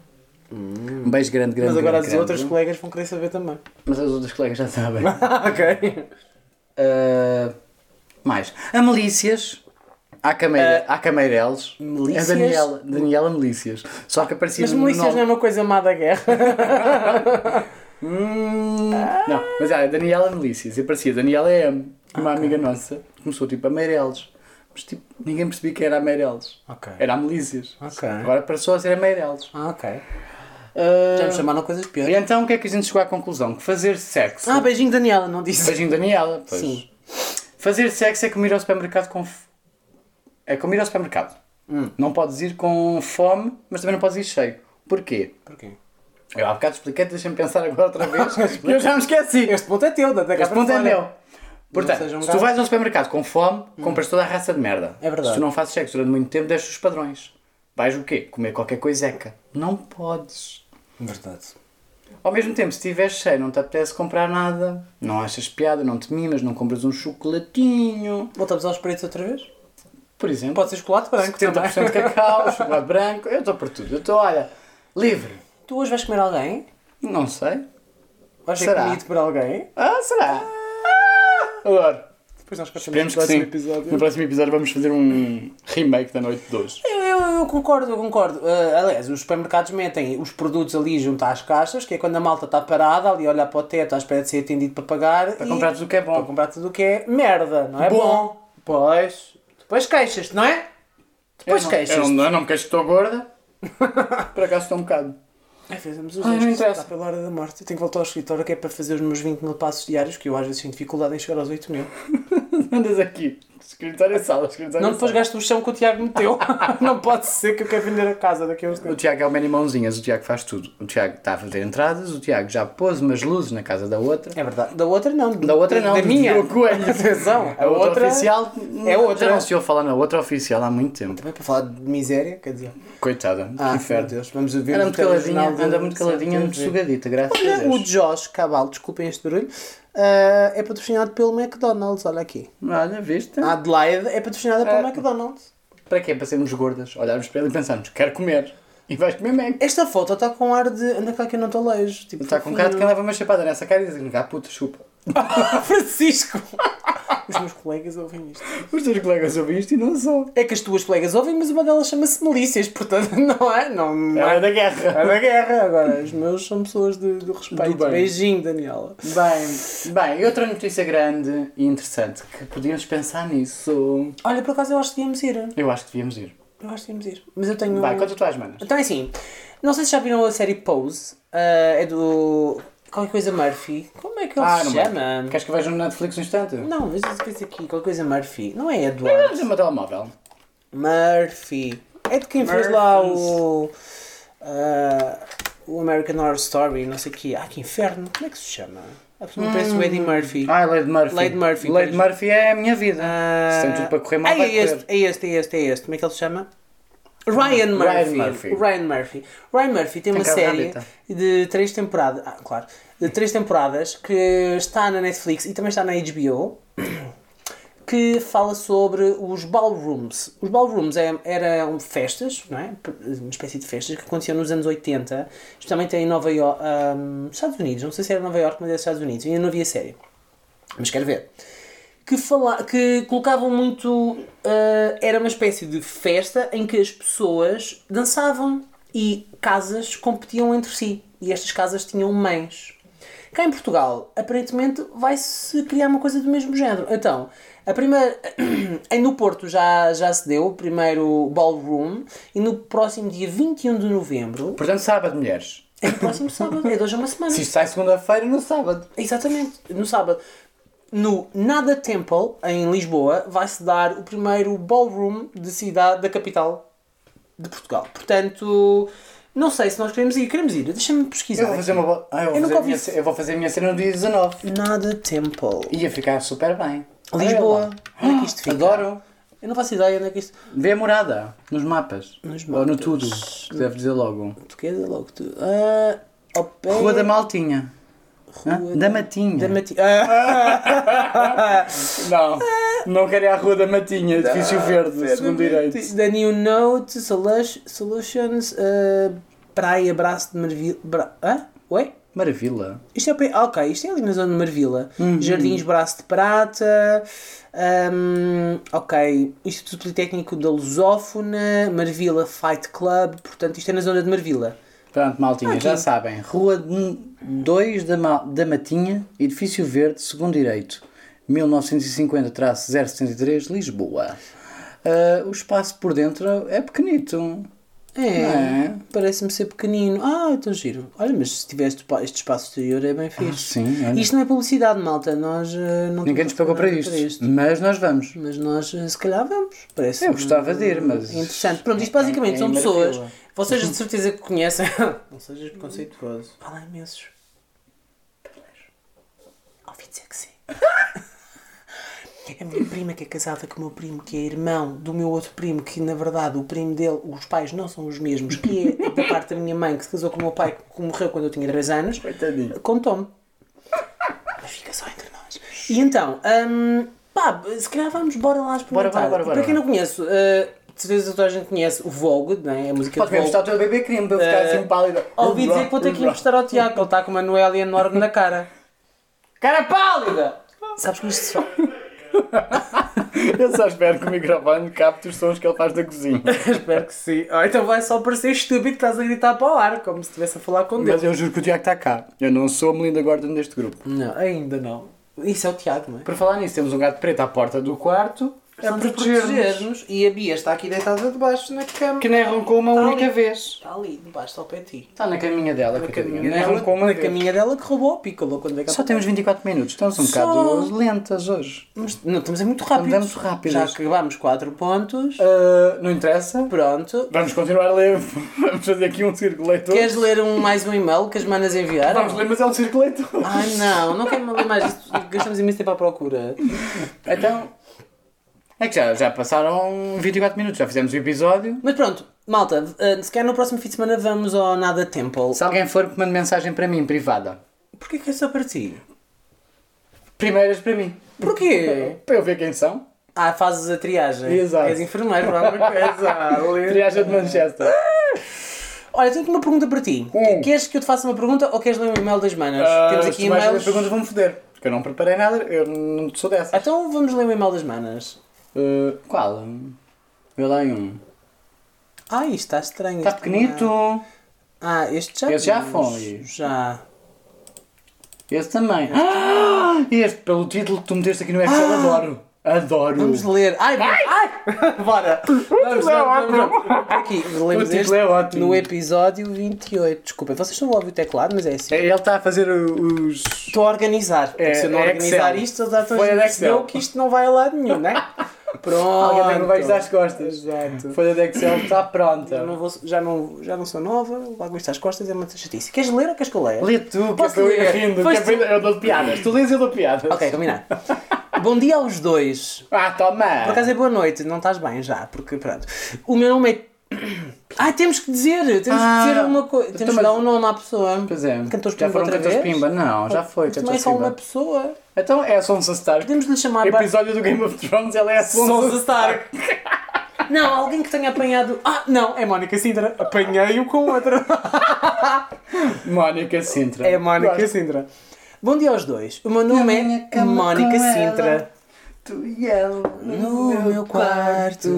Speaker 2: Um beijo grande, grande,
Speaker 3: Mas agora
Speaker 2: grande,
Speaker 3: as
Speaker 2: grande.
Speaker 3: outras colegas vão querer saber também.
Speaker 2: Mas as outras colegas já [LAUGHS] sabem.
Speaker 3: [LAUGHS] ok.
Speaker 2: Ah, mais. A Melícias. Há, cameira, há Cameireles.
Speaker 3: Ah, Melícias?
Speaker 2: A Daniela, Daniela Melícias. Só que aparecia
Speaker 3: Mas
Speaker 2: no
Speaker 3: milícias não é
Speaker 2: nome-
Speaker 3: uma coisa má da guerra.
Speaker 2: Hum,
Speaker 3: é-
Speaker 2: Não, mas há a Daniela Melícias. E aparecia Daniela M. Uma amiga nossa. Começou tipo a Meireles. Mas tipo, ninguém percebia que era a Meireles.
Speaker 3: Ok.
Speaker 2: Era a Melícias.
Speaker 3: Ok.
Speaker 2: Agora passou a ser a Meireles.
Speaker 3: Ah, [LAUGHS] ok.
Speaker 2: Ah,
Speaker 3: Já me chamaram coisas
Speaker 2: e
Speaker 3: piores.
Speaker 2: então o que é que a gente chegou à conclusão? Que fazer sexo.
Speaker 3: Ah, beijinho, Daniela, não disse.
Speaker 2: Beijinho Daniela, pois.
Speaker 3: Sim.
Speaker 2: Fazer sexo é como ir ao supermercado com. f- É como ir ao supermercado.
Speaker 3: Hum.
Speaker 2: Não podes ir com fome, mas também não podes ir cheio. Porquê?
Speaker 3: Porquê?
Speaker 2: Eu há bocado expliquei, deixa-me pensar agora outra
Speaker 3: [LAUGHS]
Speaker 2: vez, que eu já me esqueci.
Speaker 3: Este ponto é teu, da cá
Speaker 2: Este
Speaker 3: para
Speaker 2: ponto é
Speaker 3: fora.
Speaker 2: meu. Portanto,
Speaker 3: seja um
Speaker 2: se tu
Speaker 3: gajo. Hum.
Speaker 2: vais ao supermercado com fome, compras toda a raça de merda.
Speaker 3: É verdade.
Speaker 2: Se tu não fazes sexo durante muito tempo, deixas os padrões. Vais o quê? Comer qualquer coiseca. Não podes.
Speaker 3: Verdade.
Speaker 2: Ao mesmo tempo, se estiveres cheio, não te apetece comprar nada, não achas piada, não te mimas, não compras um chocolatinho.
Speaker 3: Voltamos aos pretos outra vez?
Speaker 2: Por exemplo,
Speaker 3: Pode ser chocolate branco
Speaker 2: 70% de
Speaker 3: também.
Speaker 2: cacau, chocolate branco, eu estou por tudo. Eu estou, olha, livre.
Speaker 3: Tu hoje vais comer alguém?
Speaker 2: Não sei.
Speaker 3: Vais ser
Speaker 2: Será?
Speaker 3: comido por alguém?
Speaker 2: Ah, será? Ah, Agora.
Speaker 3: Depois nós continuamos
Speaker 2: Esperemos
Speaker 3: no
Speaker 2: que sim.
Speaker 3: próximo episódio.
Speaker 2: No próximo episódio vamos fazer um remake da noite 2.
Speaker 3: Eu, eu, eu concordo, eu concordo. Ah, aliás, os supermercados metem os produtos ali junto às caixas, que é quando a malta está parada, ali a olhar para o teto à espera de ser atendido para pagar.
Speaker 2: Para comprar tudo o que é bom.
Speaker 3: Para comprar tudo o que é merda, não é bom?
Speaker 2: Bom.
Speaker 3: Pois. Depois queixas-te, não é? um Depois queixas-te.
Speaker 2: Eu não, eu não me queixo que estou
Speaker 3: [LAUGHS]
Speaker 2: gorda. Por acaso estou um bocado. [LAUGHS]
Speaker 3: Ai, fizemos os
Speaker 2: Ai,
Speaker 3: dois,
Speaker 2: não
Speaker 3: que isso
Speaker 2: interessa.
Speaker 3: está pela hora da morte. Eu tenho que voltar ao escritório que é para fazer os meus 20 mil passos diários, que eu às vezes tenho dificuldade em chegar aos 8 mil.
Speaker 2: Andas aqui. Escritório em sala, escritório é
Speaker 3: Não
Speaker 2: em
Speaker 3: depois
Speaker 2: sala.
Speaker 3: gasto o chão que o Tiago meteu. [LAUGHS] não pode ser que eu quero vender a casa daqui a uns
Speaker 2: O
Speaker 3: tempos.
Speaker 2: Tiago é o man em mãozinhas, o Tiago faz tudo. O Tiago está a fazer entradas, o Tiago já pôs umas luzes na casa da outra.
Speaker 3: É verdade. Da outra não.
Speaker 2: Da outra não,
Speaker 3: Da
Speaker 2: do
Speaker 3: minha.
Speaker 2: Diogo Coelho.
Speaker 3: [LAUGHS] Atenção.
Speaker 2: A outra, oficial
Speaker 3: é outra.
Speaker 2: Já não se ouve falar na outra oficial há muito tempo.
Speaker 3: Também para falar de miséria, quer dizer.
Speaker 2: Coitada,
Speaker 3: Ah,
Speaker 2: que
Speaker 3: meu
Speaker 2: inferno.
Speaker 3: Deus. Vamos ver
Speaker 2: Anda
Speaker 3: um
Speaker 2: muito
Speaker 3: bocado o
Speaker 2: caladinha,
Speaker 3: jornal de-
Speaker 2: anda muito caladinha,
Speaker 3: Sim,
Speaker 2: muito
Speaker 3: vamos ver.
Speaker 2: sugadita, graças a
Speaker 3: Olha, o
Speaker 2: Deus.
Speaker 3: Josh Cabal, desculpem este barulho, ah, é patrocinado pelo McDonald's, olha aqui.
Speaker 2: Olha, viste? é
Speaker 3: A Adelaide é patrocinada pelo McDonald's.
Speaker 2: Para quê? Para sermos gordas, olharmos para ele e pensarmos, quero comer. E vais comer Mac.
Speaker 3: Esta foto está com ar de. Anda cá que eu não te alejo. Tipo,
Speaker 2: Está com cara de quem
Speaker 3: fofinho.
Speaker 2: leva uma chapada nessa cara e diz, ah puta, chupa.
Speaker 3: [LAUGHS] Francisco! Os meus colegas ouvem isto.
Speaker 2: Os teus colegas ouvem isto e não só.
Speaker 3: É que as tuas colegas ouvem, mas uma delas chama-se milícias, portanto, [LAUGHS] não é? Não, não
Speaker 2: Ela
Speaker 3: é
Speaker 2: é da guerra.
Speaker 3: É da guerra agora. Os meus são pessoas de, de respeito.
Speaker 2: Do bem.
Speaker 3: Beijinho, Daniela.
Speaker 2: Bem, bem, outra notícia grande e interessante que podíamos pensar nisso.
Speaker 3: Olha, por acaso eu acho que devíamos ir.
Speaker 2: Eu acho que devíamos ir.
Speaker 3: Eu acho que devíamos ir. Mas eu tenho.
Speaker 2: Vai, conta tu às manas.
Speaker 3: Então é assim. Não sei se já viram a série Pose. ah, é do. Qualquer coisa Murphy. Como é que ele se
Speaker 2: Ah, não
Speaker 3: chama?
Speaker 2: vai. Queres que vejam no Netflix um instante?
Speaker 3: Não, mas eu disse aqui. Qualquer coisa Murphy. Não é Eduardo.
Speaker 2: Vamos o meu telemóvel.
Speaker 3: Murphy. É de quem fez lá o. ah, o American Horror Story, não sei o quê. Ah, que inferno. Como é que se chama? A pessoa parece o Eddie Murphy.
Speaker 2: Ah, Lady Murphy.
Speaker 3: Lade Murphy,
Speaker 2: Lady
Speaker 3: pois.
Speaker 2: Murphy é a minha vida.
Speaker 3: Ah,
Speaker 2: Se tem tudo para correr mal,
Speaker 3: é
Speaker 2: vai correr. Ah,
Speaker 3: este, É este, é este, é este. Como é que ele se chama? Ryan
Speaker 2: Ryan
Speaker 3: Murphy. Ryan
Speaker 2: Murphy.
Speaker 3: Murphy. Ryan Murphy. tem, uma
Speaker 2: cara de tá?
Speaker 3: série
Speaker 2: rabeta.
Speaker 3: de três temporadas. Ah, claro. De três temporadas que está na Netflix e também está na HBO. [COUGHS] Que fala sobre os ballrooms. Os ballrooms é- eram festas, não é? Uma espécie de festas que aconteciam nos anos 80, especialmente em Nova York, Estados Unidos. Não sei se era Nova York, mas era Estados Unidos. Ainda não havia série mas quero ver. Que, fala, que colocavam muito. ah, era uma espécie de festa em que as pessoas dançavam e casas competiam entre si. E estas casas tinham mães. Cá em Portugal, aparentemente, vai-se criar uma coisa do mesmo género. Então, a primeira. [CLEARS THROAT] em no Porto já, já se deu o primeiro ballroom e no próximo dia 21 de novembro.
Speaker 2: Portanto, sábado, mulheres.
Speaker 3: É no próximo sábado, é de hoje a uma semana.
Speaker 2: Se isto sai segunda-feira, no sábado.
Speaker 3: Exatamente, no sábado. No Nada Temple, em Lisboa, vai-se dar o primeiro ballroom de cidade da capital de Portugal. Portanto, não sei se nós queremos ir. Queremos ir, deixa-me pesquisar.
Speaker 2: Eu vou fazer uma. bo- Ah, eu,
Speaker 3: Eu
Speaker 2: vou
Speaker 3: nunca
Speaker 2: fazer a minha...
Speaker 3: ouvi
Speaker 2: ce- eu vou fazer a minha cena no dia 19.
Speaker 3: Nada Temple.
Speaker 2: Ia ficar super bem.
Speaker 3: Lisboa. Onde é que isto
Speaker 2: Olha
Speaker 3: fica?
Speaker 2: lá. Adoro.
Speaker 3: Eu não faço ideia onde é que isto.
Speaker 2: Vê a morada nos mapas.
Speaker 3: Nos
Speaker 2: Ou no
Speaker 3: mapas.
Speaker 2: tudo. que Deve dizer logo.
Speaker 3: Tu queres logo tu. Ah, ao pé.
Speaker 2: Rua da Maltinha. Hã?
Speaker 3: Rua
Speaker 2: Da Matinha.
Speaker 3: da Mati- Ah,
Speaker 2: Não, não quero ir à Rua da Matinha, edifício verde, segundo direito.
Speaker 3: da New Note Solu- Solutions ah, Praia Braço de Marvila. Bra... Hã? Ué?
Speaker 2: Maravilha.
Speaker 3: Isto é, pe- ah, ok, isto é ali na zona de Marvila.
Speaker 2: Uhum.
Speaker 3: Jardins Braço de Prata. hum, ok, Instituto Politécnico da Lusófona. Marvila Fight Club. Portanto, isto é na zona de Marvila.
Speaker 2: Pronto, Maltinha, já
Speaker 3: Aqui.
Speaker 2: sabem. Rua 2 da, Ma- da Matinha, edifício verde, segundo direito. 1950-073, Lisboa. Ah, o espaço por dentro é pequenito.
Speaker 3: É,
Speaker 2: É.
Speaker 3: parece-me ser pequenino. Ah, então giro. Olha, mas se tiver este pa- este espaço exterior é bem fixe.
Speaker 2: Ah, Sim, olha.
Speaker 3: Isto não é publicidade, malta. Nós eh, não
Speaker 2: Ninguém nos
Speaker 3: temos
Speaker 2: pagou para
Speaker 3: nada
Speaker 2: isto, mas nós vamos.
Speaker 3: Mas nós, eh, se calhar, vamos. Parece
Speaker 2: Eu gostava de ir, mas-
Speaker 3: Interessante. Pronto, isto
Speaker 2: É-
Speaker 3: basicamente
Speaker 2: é
Speaker 3: são
Speaker 2: em
Speaker 3: pessoas.
Speaker 2: Marfila.
Speaker 3: Vocês de certeza que conhecem. [LAUGHS] Não sejas
Speaker 2: Uhum.
Speaker 3: preconceituoso. Há lá imensos. Ouvi dizer
Speaker 2: [LAUGHS]
Speaker 3: que sim. A minha prima que é casada com o meu primo, que é irmão do meu outro primo, que na verdade o primo dele, os pais não são os mesmos, que é da parte da minha mãe, que se casou com o meu pai, que morreu quando eu tinha 3 anos,
Speaker 2: Coitadinho.
Speaker 3: contou-me. Mas fica só entre nós. E então, hum, pá, se calhar vamos, bora lá
Speaker 2: Bora, bora,
Speaker 3: experimentar.
Speaker 2: bora,
Speaker 3: E
Speaker 2: bora.
Speaker 3: Para quem não conhece, uh, de certeza toda a gente conhece o Vogue, não é? A música
Speaker 2: Pode
Speaker 3: do
Speaker 2: ver
Speaker 3: Vogue.
Speaker 2: o teu bebê crime para eu ficar assim pálido.
Speaker 3: Ouvi dizer que vou ter que emprestar ao Tiago, que ele está com uma Noélia enorme na cara.
Speaker 2: Cara pálida!
Speaker 3: Sabes que isto só...
Speaker 2: [LAUGHS] Eu só espero que o microfone capte os sons que ele faz da cozinha.
Speaker 3: [LAUGHS] Espero que sim. Ou então vai só parecer estúpido que estás a gritar para o ar, como se estivesse a falar com Deus.
Speaker 2: Mas eu juro que o Tiago está cá. Eu não sou a Melinda Gordon deste grupo.
Speaker 3: Não, ainda não. Isso é o Tiago, não é?
Speaker 2: Por falar nisso, temos um gato preto à porta do quarto. É
Speaker 3: Estamos a proteger-nos e a Bia está aqui deitada debaixo na cama.
Speaker 2: Que nem roncou uma única
Speaker 3: Tá ali.
Speaker 2: vez.
Speaker 3: Está ali, debaixo, só para ti.
Speaker 2: Está na caminha dela,
Speaker 3: Na
Speaker 2: coitadinha.
Speaker 3: caminha,
Speaker 2: Nem
Speaker 3: dela,
Speaker 2: roncou uma
Speaker 3: na
Speaker 2: vez.
Speaker 3: caminha dela que roubou ao Piccolo quando veio cá
Speaker 2: Só
Speaker 3: para
Speaker 2: temos 24 minutos. Estamos um
Speaker 3: Só-
Speaker 2: bocado lentas hoje.
Speaker 3: cá. Mas não, estamos a muito rápido.
Speaker 2: Andamos rápidos.
Speaker 3: Já acabámos 4 pontos. Ah,
Speaker 2: Uh, não interessa.
Speaker 3: Pronto.
Speaker 2: Vamos continuar a ler. [LAUGHS] Vamos fazer aqui um círculo leitor.
Speaker 3: Queres ler um, mais um e-mail que as manas enviaram?
Speaker 2: Vamos ler, mas é um círculo leitor.
Speaker 3: Ai não, não quero ler mais isto. Gastamos imenso tempo à procura.
Speaker 2: Então. É que já, já passaram 24 minutos, já fizemos o episódio.
Speaker 3: Mas pronto, malta, eh, se calhar no próximo fim de semana vamos ao Nada Temple.
Speaker 2: Se alguém for, mande mensagem para mim, privada.
Speaker 3: Porquê que é só para ti?
Speaker 2: Primeiras para mim.
Speaker 3: Porquê? [LAUGHS]
Speaker 2: Para eu ver quem são.
Speaker 3: Ah, fazes a triagem.
Speaker 2: Exato.
Speaker 3: És enfermeiro, não há alguma [LAUGHS] coisa.
Speaker 2: Triagem de Manchester.
Speaker 3: Olha, tenho aqui uma pergunta para ti.
Speaker 2: Hum.
Speaker 3: Queres que eu te faça uma pergunta ou queres ler um e-mail das manas?
Speaker 2: Ah,
Speaker 3: Temos aqui
Speaker 2: mais
Speaker 3: e-mails.
Speaker 2: perguntas vão-me foder. Porque eu não preparei nada, eu não sou dessa.
Speaker 3: Então vamos ler um e-mail das manas.
Speaker 2: Uh, qual? Eu tenho um.
Speaker 3: Ai, isto está estranho.
Speaker 2: Está
Speaker 3: isto
Speaker 2: Tá pequenito.
Speaker 3: não é- Ah, este já
Speaker 2: Esse já
Speaker 3: temos.
Speaker 2: foi.
Speaker 3: Já.
Speaker 2: Esse também. Ah, este, pelo título que tu meteste aqui no Excel, adoro. Adoro.
Speaker 3: Ah. Vamos ler. Ai, ai!
Speaker 2: [LAUGHS]
Speaker 3: Bora! Vamos,
Speaker 2: Não,
Speaker 3: vamos,
Speaker 2: é ótimo.
Speaker 3: vamos, vamos. Aqui, lemos
Speaker 2: título
Speaker 3: este
Speaker 2: é ótimo.
Speaker 3: no episódio 28. Desculpa, vocês estão a ouvir o teclado, mas é assim.
Speaker 2: Ele está a fazer os.
Speaker 3: Estou a organizar. porque
Speaker 2: É,
Speaker 3: se eu não
Speaker 2: é
Speaker 3: organizar
Speaker 2: Excel.
Speaker 3: isto, já estou a
Speaker 2: Folha de
Speaker 3: perceber
Speaker 2: Excel.
Speaker 3: que isto não vai a lado
Speaker 2: [LAUGHS]
Speaker 3: nenhum, não é? Pronto.
Speaker 2: Alguém não vai às costas.
Speaker 3: Exato.
Speaker 2: Folha de Excel está
Speaker 3: então. Eu
Speaker 2: pronta.
Speaker 3: não vou- já, não, já não sou nova, logo isto às costas é uma chatice. Queres ler ou queres que eu leia?
Speaker 2: Lê tu, que é
Speaker 3: Posso
Speaker 2: para eu ir
Speaker 3: ler?
Speaker 2: rindo. que
Speaker 3: Pois
Speaker 2: é para eu- Eu dou piadas. Tu lês e eu dou piadas.
Speaker 3: Ok, combinado. Bom dia aos dois.
Speaker 2: Ah, toma.
Speaker 3: Por acaso é boa noite, não estás bem já, porque pronto. O meu nome é. [COUGHS] Ah, temos que dizer, temos
Speaker 2: Ah,
Speaker 3: que dizer uma coisa.
Speaker 2: então,
Speaker 3: Temos que
Speaker 2: mas-
Speaker 3: dar um nome à pessoa.
Speaker 2: Pois é.
Speaker 3: Cantores
Speaker 2: Já
Speaker 3: Pimba
Speaker 2: foram
Speaker 3: outra
Speaker 2: cantores
Speaker 3: vez?
Speaker 2: Pimba? Não, já foi.
Speaker 3: Também é
Speaker 2: Cantores
Speaker 3: só uma
Speaker 2: Pimba.
Speaker 3: pessoa.
Speaker 2: Então é a Sonsa Stark.
Speaker 3: Podemos lhe chamar Bar-
Speaker 2: Episódio do Game of Thrones, ela é a
Speaker 3: Sonsa
Speaker 2: Sonsa Stark. [LAUGHS]
Speaker 3: Não, alguém que tenha apanhado. Ah, não, é Mónica Sintra. Apanhei-o com outra.
Speaker 2: Mónica Sintra.
Speaker 3: É Mónica
Speaker 2: Gosto.
Speaker 3: Sintra. Bom dia aos dois. O meu nome
Speaker 2: Na minha
Speaker 3: é
Speaker 2: cama
Speaker 3: Mónica
Speaker 2: com ela.
Speaker 3: Sintra.
Speaker 2: Tu e ela
Speaker 3: No meu [LAUGHS] quarto.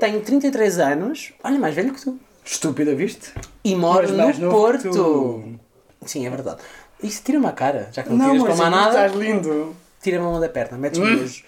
Speaker 3: Tenho 33 anos. Olha, mais velho que tu.
Speaker 2: Estúpida, viste?
Speaker 3: E moro
Speaker 2: Mas mais
Speaker 3: no
Speaker 2: novo
Speaker 3: Porto.
Speaker 2: que tu. é
Speaker 3: Sim, é verdade. Isso tira-me a cara, já que não, tiras para mais nada.
Speaker 2: estás Hum. lindo.
Speaker 3: Tira-me a mão da perna, metes-me nojo.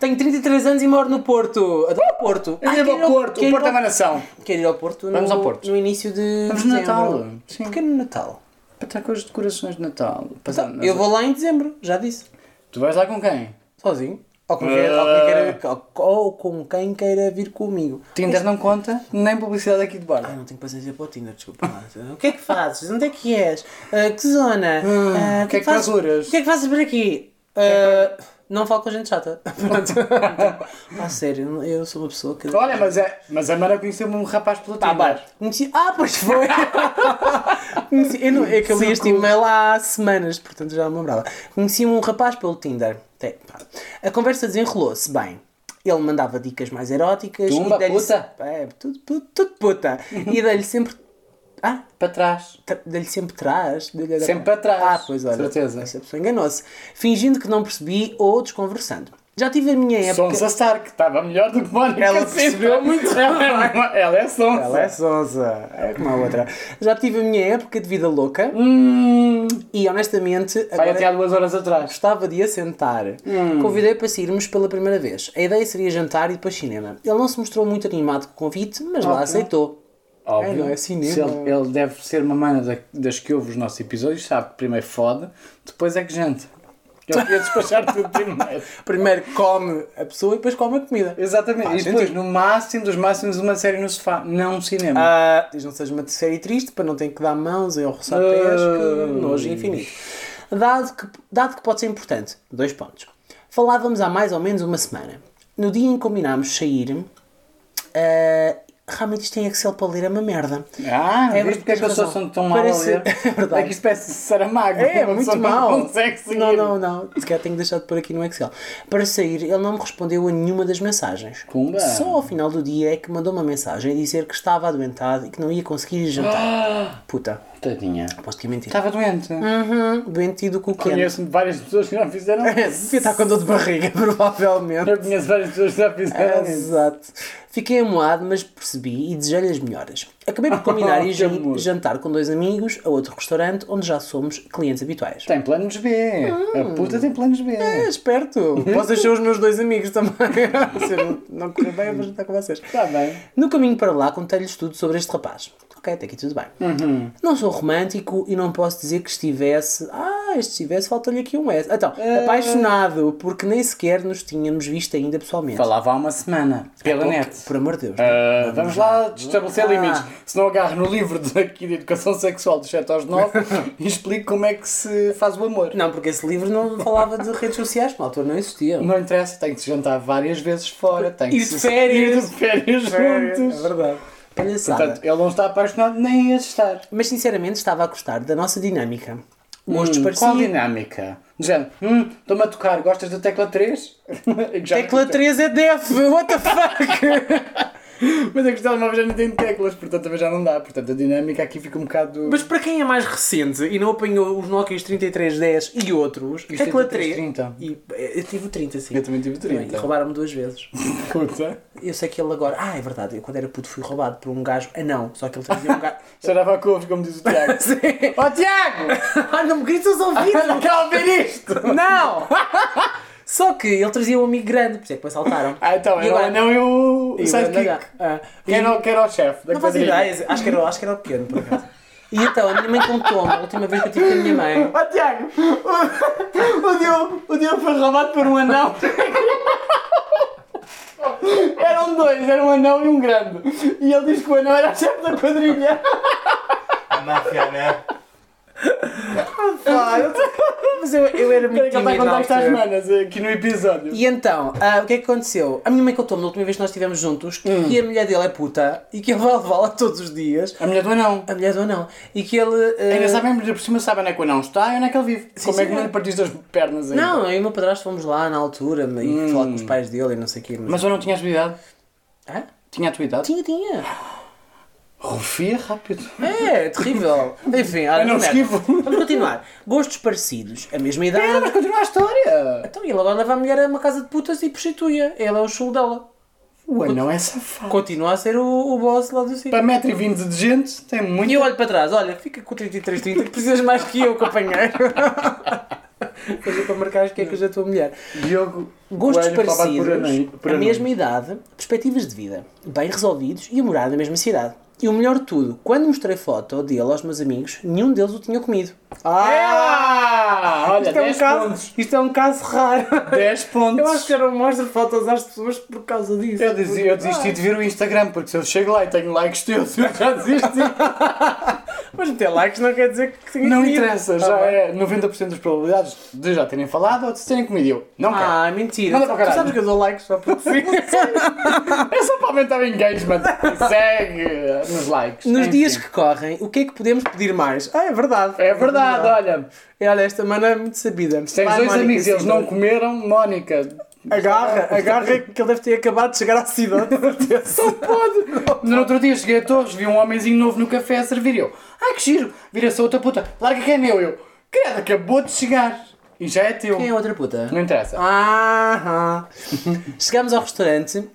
Speaker 3: Tenho 33 anos e moro no Porto. Adoro o Porto.
Speaker 2: Eu
Speaker 3: Ai,
Speaker 2: vivo
Speaker 3: quero ir
Speaker 2: ao Porto,
Speaker 3: quero
Speaker 2: o
Speaker 3: ir
Speaker 2: Porto é
Speaker 3: ao-
Speaker 2: uma nação.
Speaker 3: Quero ir ao Porto
Speaker 2: Vamos
Speaker 3: no,
Speaker 2: ao Porto.
Speaker 3: no início de
Speaker 2: Vamos no
Speaker 3: dezembro.
Speaker 2: Natal. Sim.
Speaker 3: Porquê no Natal?
Speaker 2: Para estar com as decorações de Natal.
Speaker 3: Então, eu
Speaker 2: é-
Speaker 3: vou lá em dezembro, já disse.
Speaker 2: Tu vais lá com quem?
Speaker 3: Sozinho. Ou com, quem, ou, quem
Speaker 2: Ah.
Speaker 3: queira, ou com quem queira vir comigo.
Speaker 2: Tinder não conta, nem publicidade aqui de
Speaker 3: Eu
Speaker 2: borda.
Speaker 3: não tenho paciência para o Tinder, desculpa. lá. o que é que fazes? Onde é que és? Ah, que zona?
Speaker 2: Ah,
Speaker 3: Ah,
Speaker 2: o que é que
Speaker 3: fazes-
Speaker 2: procuras? é
Speaker 3: O que é que fazes por aqui? Ah, não falo com gente chata. [LAUGHS] Pronto.
Speaker 2: [LAUGHS]
Speaker 3: Pá, sério, eu sou uma pessoa que.
Speaker 2: Olha, mas, é, mas a Mara conheceu-me um rapaz pelo
Speaker 3: Pá,
Speaker 2: Tinder.
Speaker 3: Tá, vai. Conheci- Ah, pois
Speaker 2: [LAUGHS]
Speaker 3: foi! Conheci- eu não, é que eu li este e-mail há semanas, portanto já me lembrava. Conheci um rapaz pelo Tinder. Até, pá. A conversa desenrolou-se bem. Ele mandava dicas mais eróticas.
Speaker 2: Tumba,
Speaker 3: e dei-lhe-
Speaker 2: puta.
Speaker 3: É, tudo, tudo, tudo puta. E dei-lhe sempre. Ah,
Speaker 2: Para trás.
Speaker 3: Tra- Dei-lhe sempre trás. dei-lhe-
Speaker 2: Sempre para trás,
Speaker 3: Ah, pois olha.
Speaker 2: certeza.
Speaker 3: Essa pessoa enganou-se. Fingindo que não percebi ou desconversando. Já tive a minha época.
Speaker 2: Sonsa Stark, estava melhor do que Mónica
Speaker 3: Ela
Speaker 2: Sintra.
Speaker 3: percebeu muito
Speaker 2: Ela é, uma- [LAUGHS] ela é Sonsa.
Speaker 3: Ela é sonsa. É como a outra. Já tive a minha época de vida louca
Speaker 2: Hum,
Speaker 3: e honestamente
Speaker 2: vai
Speaker 3: agora
Speaker 2: até há duas horas atrás.
Speaker 3: gostava de assentar. Convidei para sairmos pela primeira vez. A ideia seria jantar e depois cinema. Ele não se mostrou muito animado com o convite, mas lá aceitou. É, não é cinema.
Speaker 2: Se Ele, ele deve ser uma mana da- das que ouve os nossos episódios, sabe que primeiro fode, depois é que janta. Ele queria despachar [LAUGHS] tudo primeiro.
Speaker 3: Primeiro come a pessoa e depois come a comida.
Speaker 2: Exatamente.
Speaker 3: Faz
Speaker 2: e depois,
Speaker 3: sentido.
Speaker 2: no máximo dos máximos, uma série no sofá, não um cinema.
Speaker 3: Ah, diz não seja uma série triste para não ter que dar mãos ou roçapés,
Speaker 2: Ah.
Speaker 3: que nojo infinito. Dado que, dado que pode ser importante, dois pontos. Falávamos há mais ou menos uma semana. No dia em que combinámos sair, ah, realmente isto em Excel para ler é uma merda.
Speaker 2: Ah,
Speaker 3: É,
Speaker 2: é,
Speaker 3: mas
Speaker 2: viste porque é que as
Speaker 3: tens
Speaker 2: pessoas
Speaker 3: razão.
Speaker 2: são tão mal
Speaker 3: Parece-
Speaker 2: a ler?
Speaker 3: [LAUGHS] É verdade.
Speaker 2: que isto parece Saramago.
Speaker 3: É,
Speaker 2: uma
Speaker 3: muito
Speaker 2: pessoa
Speaker 3: mal.
Speaker 2: Não consegue seguir.
Speaker 3: Não, não, não. Se calhar tenho que deixar de pôr aqui no Excel. Para sair, ele não me respondeu a nenhuma das mensagens.
Speaker 2: Pumba.
Speaker 3: Só ao final do dia é que mandou uma mensagem a dizer que estava adoentado e que não ia conseguir ir jantar.
Speaker 2: Ah, [GASPS]
Speaker 3: Puta,
Speaker 2: Tadinha.
Speaker 3: posso que é mentira.
Speaker 2: Estava doente.
Speaker 3: Uhum, doente e do cu quente.
Speaker 2: Conheço-me várias pessoas que não
Speaker 3: [LAUGHS]
Speaker 2: fizeram isso.
Speaker 3: Devia estar com dor de barriga, [LAUGHS] provavelmente.
Speaker 2: Eu conheço várias pessoas que já
Speaker 3: Ah,
Speaker 2: fizeram isso.
Speaker 3: Exato. Fiquei amoado, mas percebi e desejei-lhe as melhoras.
Speaker 2: [LAUGHS]
Speaker 3: Acabei por combinar e
Speaker 2: Que amor.
Speaker 3: jantar com dois amigos a outro restaurante onde já somos clientes habituais.
Speaker 2: Tem planos B. A puta tem planos B.
Speaker 3: Hum. É, esperto. Vocês são os meus dois amigos também. [LAUGHS] Se eu não, não correr bem, eu vou jantar com vocês.
Speaker 2: Está bem.
Speaker 3: No caminho para lá, contei-lhes tudo sobre este rapaz. Ok, até aqui tudo bem. Não sou romântico e não posso dizer que estivesse. Ah, este estivesse, falta-lhe aqui um S. Então, apaixonado, porque nem sequer nos tínhamos visto ainda pessoalmente.
Speaker 2: Falava há uma semana. Pela
Speaker 3: Ok,
Speaker 2: net.
Speaker 3: Por amor de Deus.
Speaker 2: Ah, vamos lá estabelecer
Speaker 3: Ah.
Speaker 2: limites. Se não agarro no livro de, [LAUGHS] aqui de Educação Sexual dos 7 aos
Speaker 3: [LAUGHS]
Speaker 2: 9 e explico como é que se faz o amor.
Speaker 3: Não, porque esse livro não falava de redes sociais, na altura não existia.
Speaker 2: Não interessa, tem que se jantar várias vezes fora, tem que
Speaker 3: Ir de
Speaker 2: se [LAUGHS]
Speaker 3: férias.
Speaker 2: ir de férias
Speaker 3: É
Speaker 2: juntos.
Speaker 3: verdade. Palhaçada.
Speaker 2: Portanto, ele não está apaixonado nem a estar.
Speaker 3: Mas sinceramente estava a gostar da nossa dinâmica. gostos
Speaker 2: Hum, Qual a
Speaker 3: parecidos.
Speaker 2: dinâmica? De género, hum, estou-me a tocar, gostas da tecla [LAUGHS] 3? [LAUGHS]
Speaker 3: Tecla 3 é def, [LAUGHS] what the fuck?
Speaker 2: Mas é que os telemóveis já não têm teclas, portanto também já não dá. Portanto a dinâmica aqui fica um bocado.
Speaker 3: Mas para quem é mais recente e não apanhou os Nokias 3310 e outros,
Speaker 2: os
Speaker 3: tecla 3.
Speaker 2: 3330.
Speaker 3: E, eh, eu tive o 30, sim.
Speaker 2: Eu também tive o 30.
Speaker 3: E roubaram-me duas vezes.
Speaker 2: Puta.
Speaker 3: Eu sei que ele agora. Ah, é verdade, eu quando era puto fui roubado por um gajo anão. Só que ele trazia um [LAUGHS] gajo.
Speaker 2: Chorava a couves, como diz o Tiago.
Speaker 3: Sim.
Speaker 2: [LAUGHS] Ó Tiago!
Speaker 3: ah, não me grites aos ouvidos!
Speaker 2: Não quero ouvir isto!
Speaker 3: [LAUGHS] não! Só que ele trazia um amigo grande, por isso é que me saltaram.
Speaker 2: Ah, então,
Speaker 3: E
Speaker 2: agora não eu.
Speaker 3: e
Speaker 2: O
Speaker 3: o grande
Speaker 2: sidekick.
Speaker 3: gajo. Ah, e-
Speaker 2: Quem era o- quem era o chefe da
Speaker 3: Não fazia
Speaker 2: quadrilha?
Speaker 3: ideia, acho que, era, acho que era o pequeno, por acaso. E então, a minha mãe contou-me, a última vez que eu tive com a minha mãe,
Speaker 2: Ó Tiago! O, [LAUGHS] o, Diogo, o Diogo foi roubado por um anão. [LAUGHS] Eram dois, era um anão e um grande. E ele diz que o anão era o chefe da quadrilha.
Speaker 4: [LAUGHS] A máfia, né?
Speaker 2: Ah,
Speaker 3: mas eu, eu era muito
Speaker 2: Quero que ele está a
Speaker 3: tímido na
Speaker 2: contar isto às
Speaker 3: altura.
Speaker 2: manas eh, aqui no episódio.
Speaker 3: E então, ah, o que é que aconteceu? A minha mãe contou-me na última vez que nós estivemos juntos
Speaker 2: Hum.
Speaker 3: que a mulher dele é puta e que ele vai [LAUGHS] levá-la todos os dias.
Speaker 2: A mulher do anão.
Speaker 3: A mulher do anão. E que ele. ah,
Speaker 2: Ainda sabemos, por cima sabe onde é que o anão está e onde é que ele vive. Como é que
Speaker 3: sim.
Speaker 2: não lhe partiste as pernas ainda?
Speaker 3: Não, eu e o meu padrasto fomos lá na altura e falar com os pais dele e não sei o quê. Mas...
Speaker 2: Hum. Mas eu não tinha a tua idade.
Speaker 3: Hã?
Speaker 2: Tinha a tua idade?
Speaker 3: Tinha, tinha.
Speaker 2: Rufia rápido.
Speaker 3: É, é
Speaker 2: [LAUGHS]
Speaker 3: terrível. Enfim, olha,
Speaker 2: Eu não
Speaker 3: Roberto,
Speaker 2: esquivo.
Speaker 3: Vamos continuar. Gostos parecidos, a mesma
Speaker 2: Ah,
Speaker 3: idade.
Speaker 2: mas continua a história.
Speaker 3: Então ele agora leva a mulher a uma casa de putas e prostitui-a. Ele é o chulo dela.
Speaker 2: O anão é safado.
Speaker 3: Continua a ser o, o boss lá do sítio.
Speaker 2: Para metro e vinte de gente, tem muito.
Speaker 3: E eu olho para trás, olha, fica com 3330 que precisas mais que eu, companheiro. Fazer para é marcar as quecas da tua mulher.
Speaker 2: Diogo,
Speaker 3: [LAUGHS] Gostos
Speaker 2: Coelho, roubado
Speaker 3: parecidos,
Speaker 2: por anão- por
Speaker 3: a
Speaker 2: anões.
Speaker 3: mesma idade, perspectivas de vida, bem resolvidos e a morar na mesma cidade. E o melhor de tudo, quando mostrei foto dele aos meus amigos, nenhum deles o tinha comido.
Speaker 2: Ah! Olha,
Speaker 3: Ah, Isto é, um
Speaker 2: 10 pontos.
Speaker 3: caso, isto é um caso raro.
Speaker 2: 10 pontos.
Speaker 3: Eu acho que eu não mostro fotos às pessoas por causa disso.
Speaker 2: Eu desi- eu desisti de ver o Instagram, porque se eu chego lá e tenho likes teus, [LAUGHS] eu já desisti.
Speaker 3: Ah, Mas meter likes não quer dizer que tenha
Speaker 2: Não
Speaker 3: comido.
Speaker 2: interessa,
Speaker 3: Tá
Speaker 2: já
Speaker 3: bem.
Speaker 2: é 90% das probabilidades de já terem falado ou de se terem comido. Eu não quero.
Speaker 3: Ah, mentira.
Speaker 2: Manda para o
Speaker 3: tu
Speaker 2: caralho.
Speaker 3: sabes que eu dou likes só
Speaker 2: [LAUGHS]
Speaker 3: porque sim.
Speaker 2: É só para aumentar o engagement. Segue nos likes.
Speaker 3: Nos
Speaker 2: Enfim.
Speaker 3: dias que correm, o que é que podemos pedir mais? Ah, é verdade.
Speaker 2: É verdade, olha.
Speaker 3: E olha, esta mana é muito sabida.
Speaker 2: Tens dois amigos e eles não comeram, Mónica.
Speaker 3: Agarra, agarra que ele deve ter acabado de chegar à cidade. Só pode.
Speaker 2: No outro dia cheguei a Torres, vi um homenzinho novo no café a servir. Eu, ai que giro, vira-se a outra puta, larga quem é meu. Eu, credo, acabou de chegar e já é teu.
Speaker 3: Quem é a outra puta?
Speaker 2: Não interessa.
Speaker 3: Ah, [LAUGHS] Chegámos ao restaurante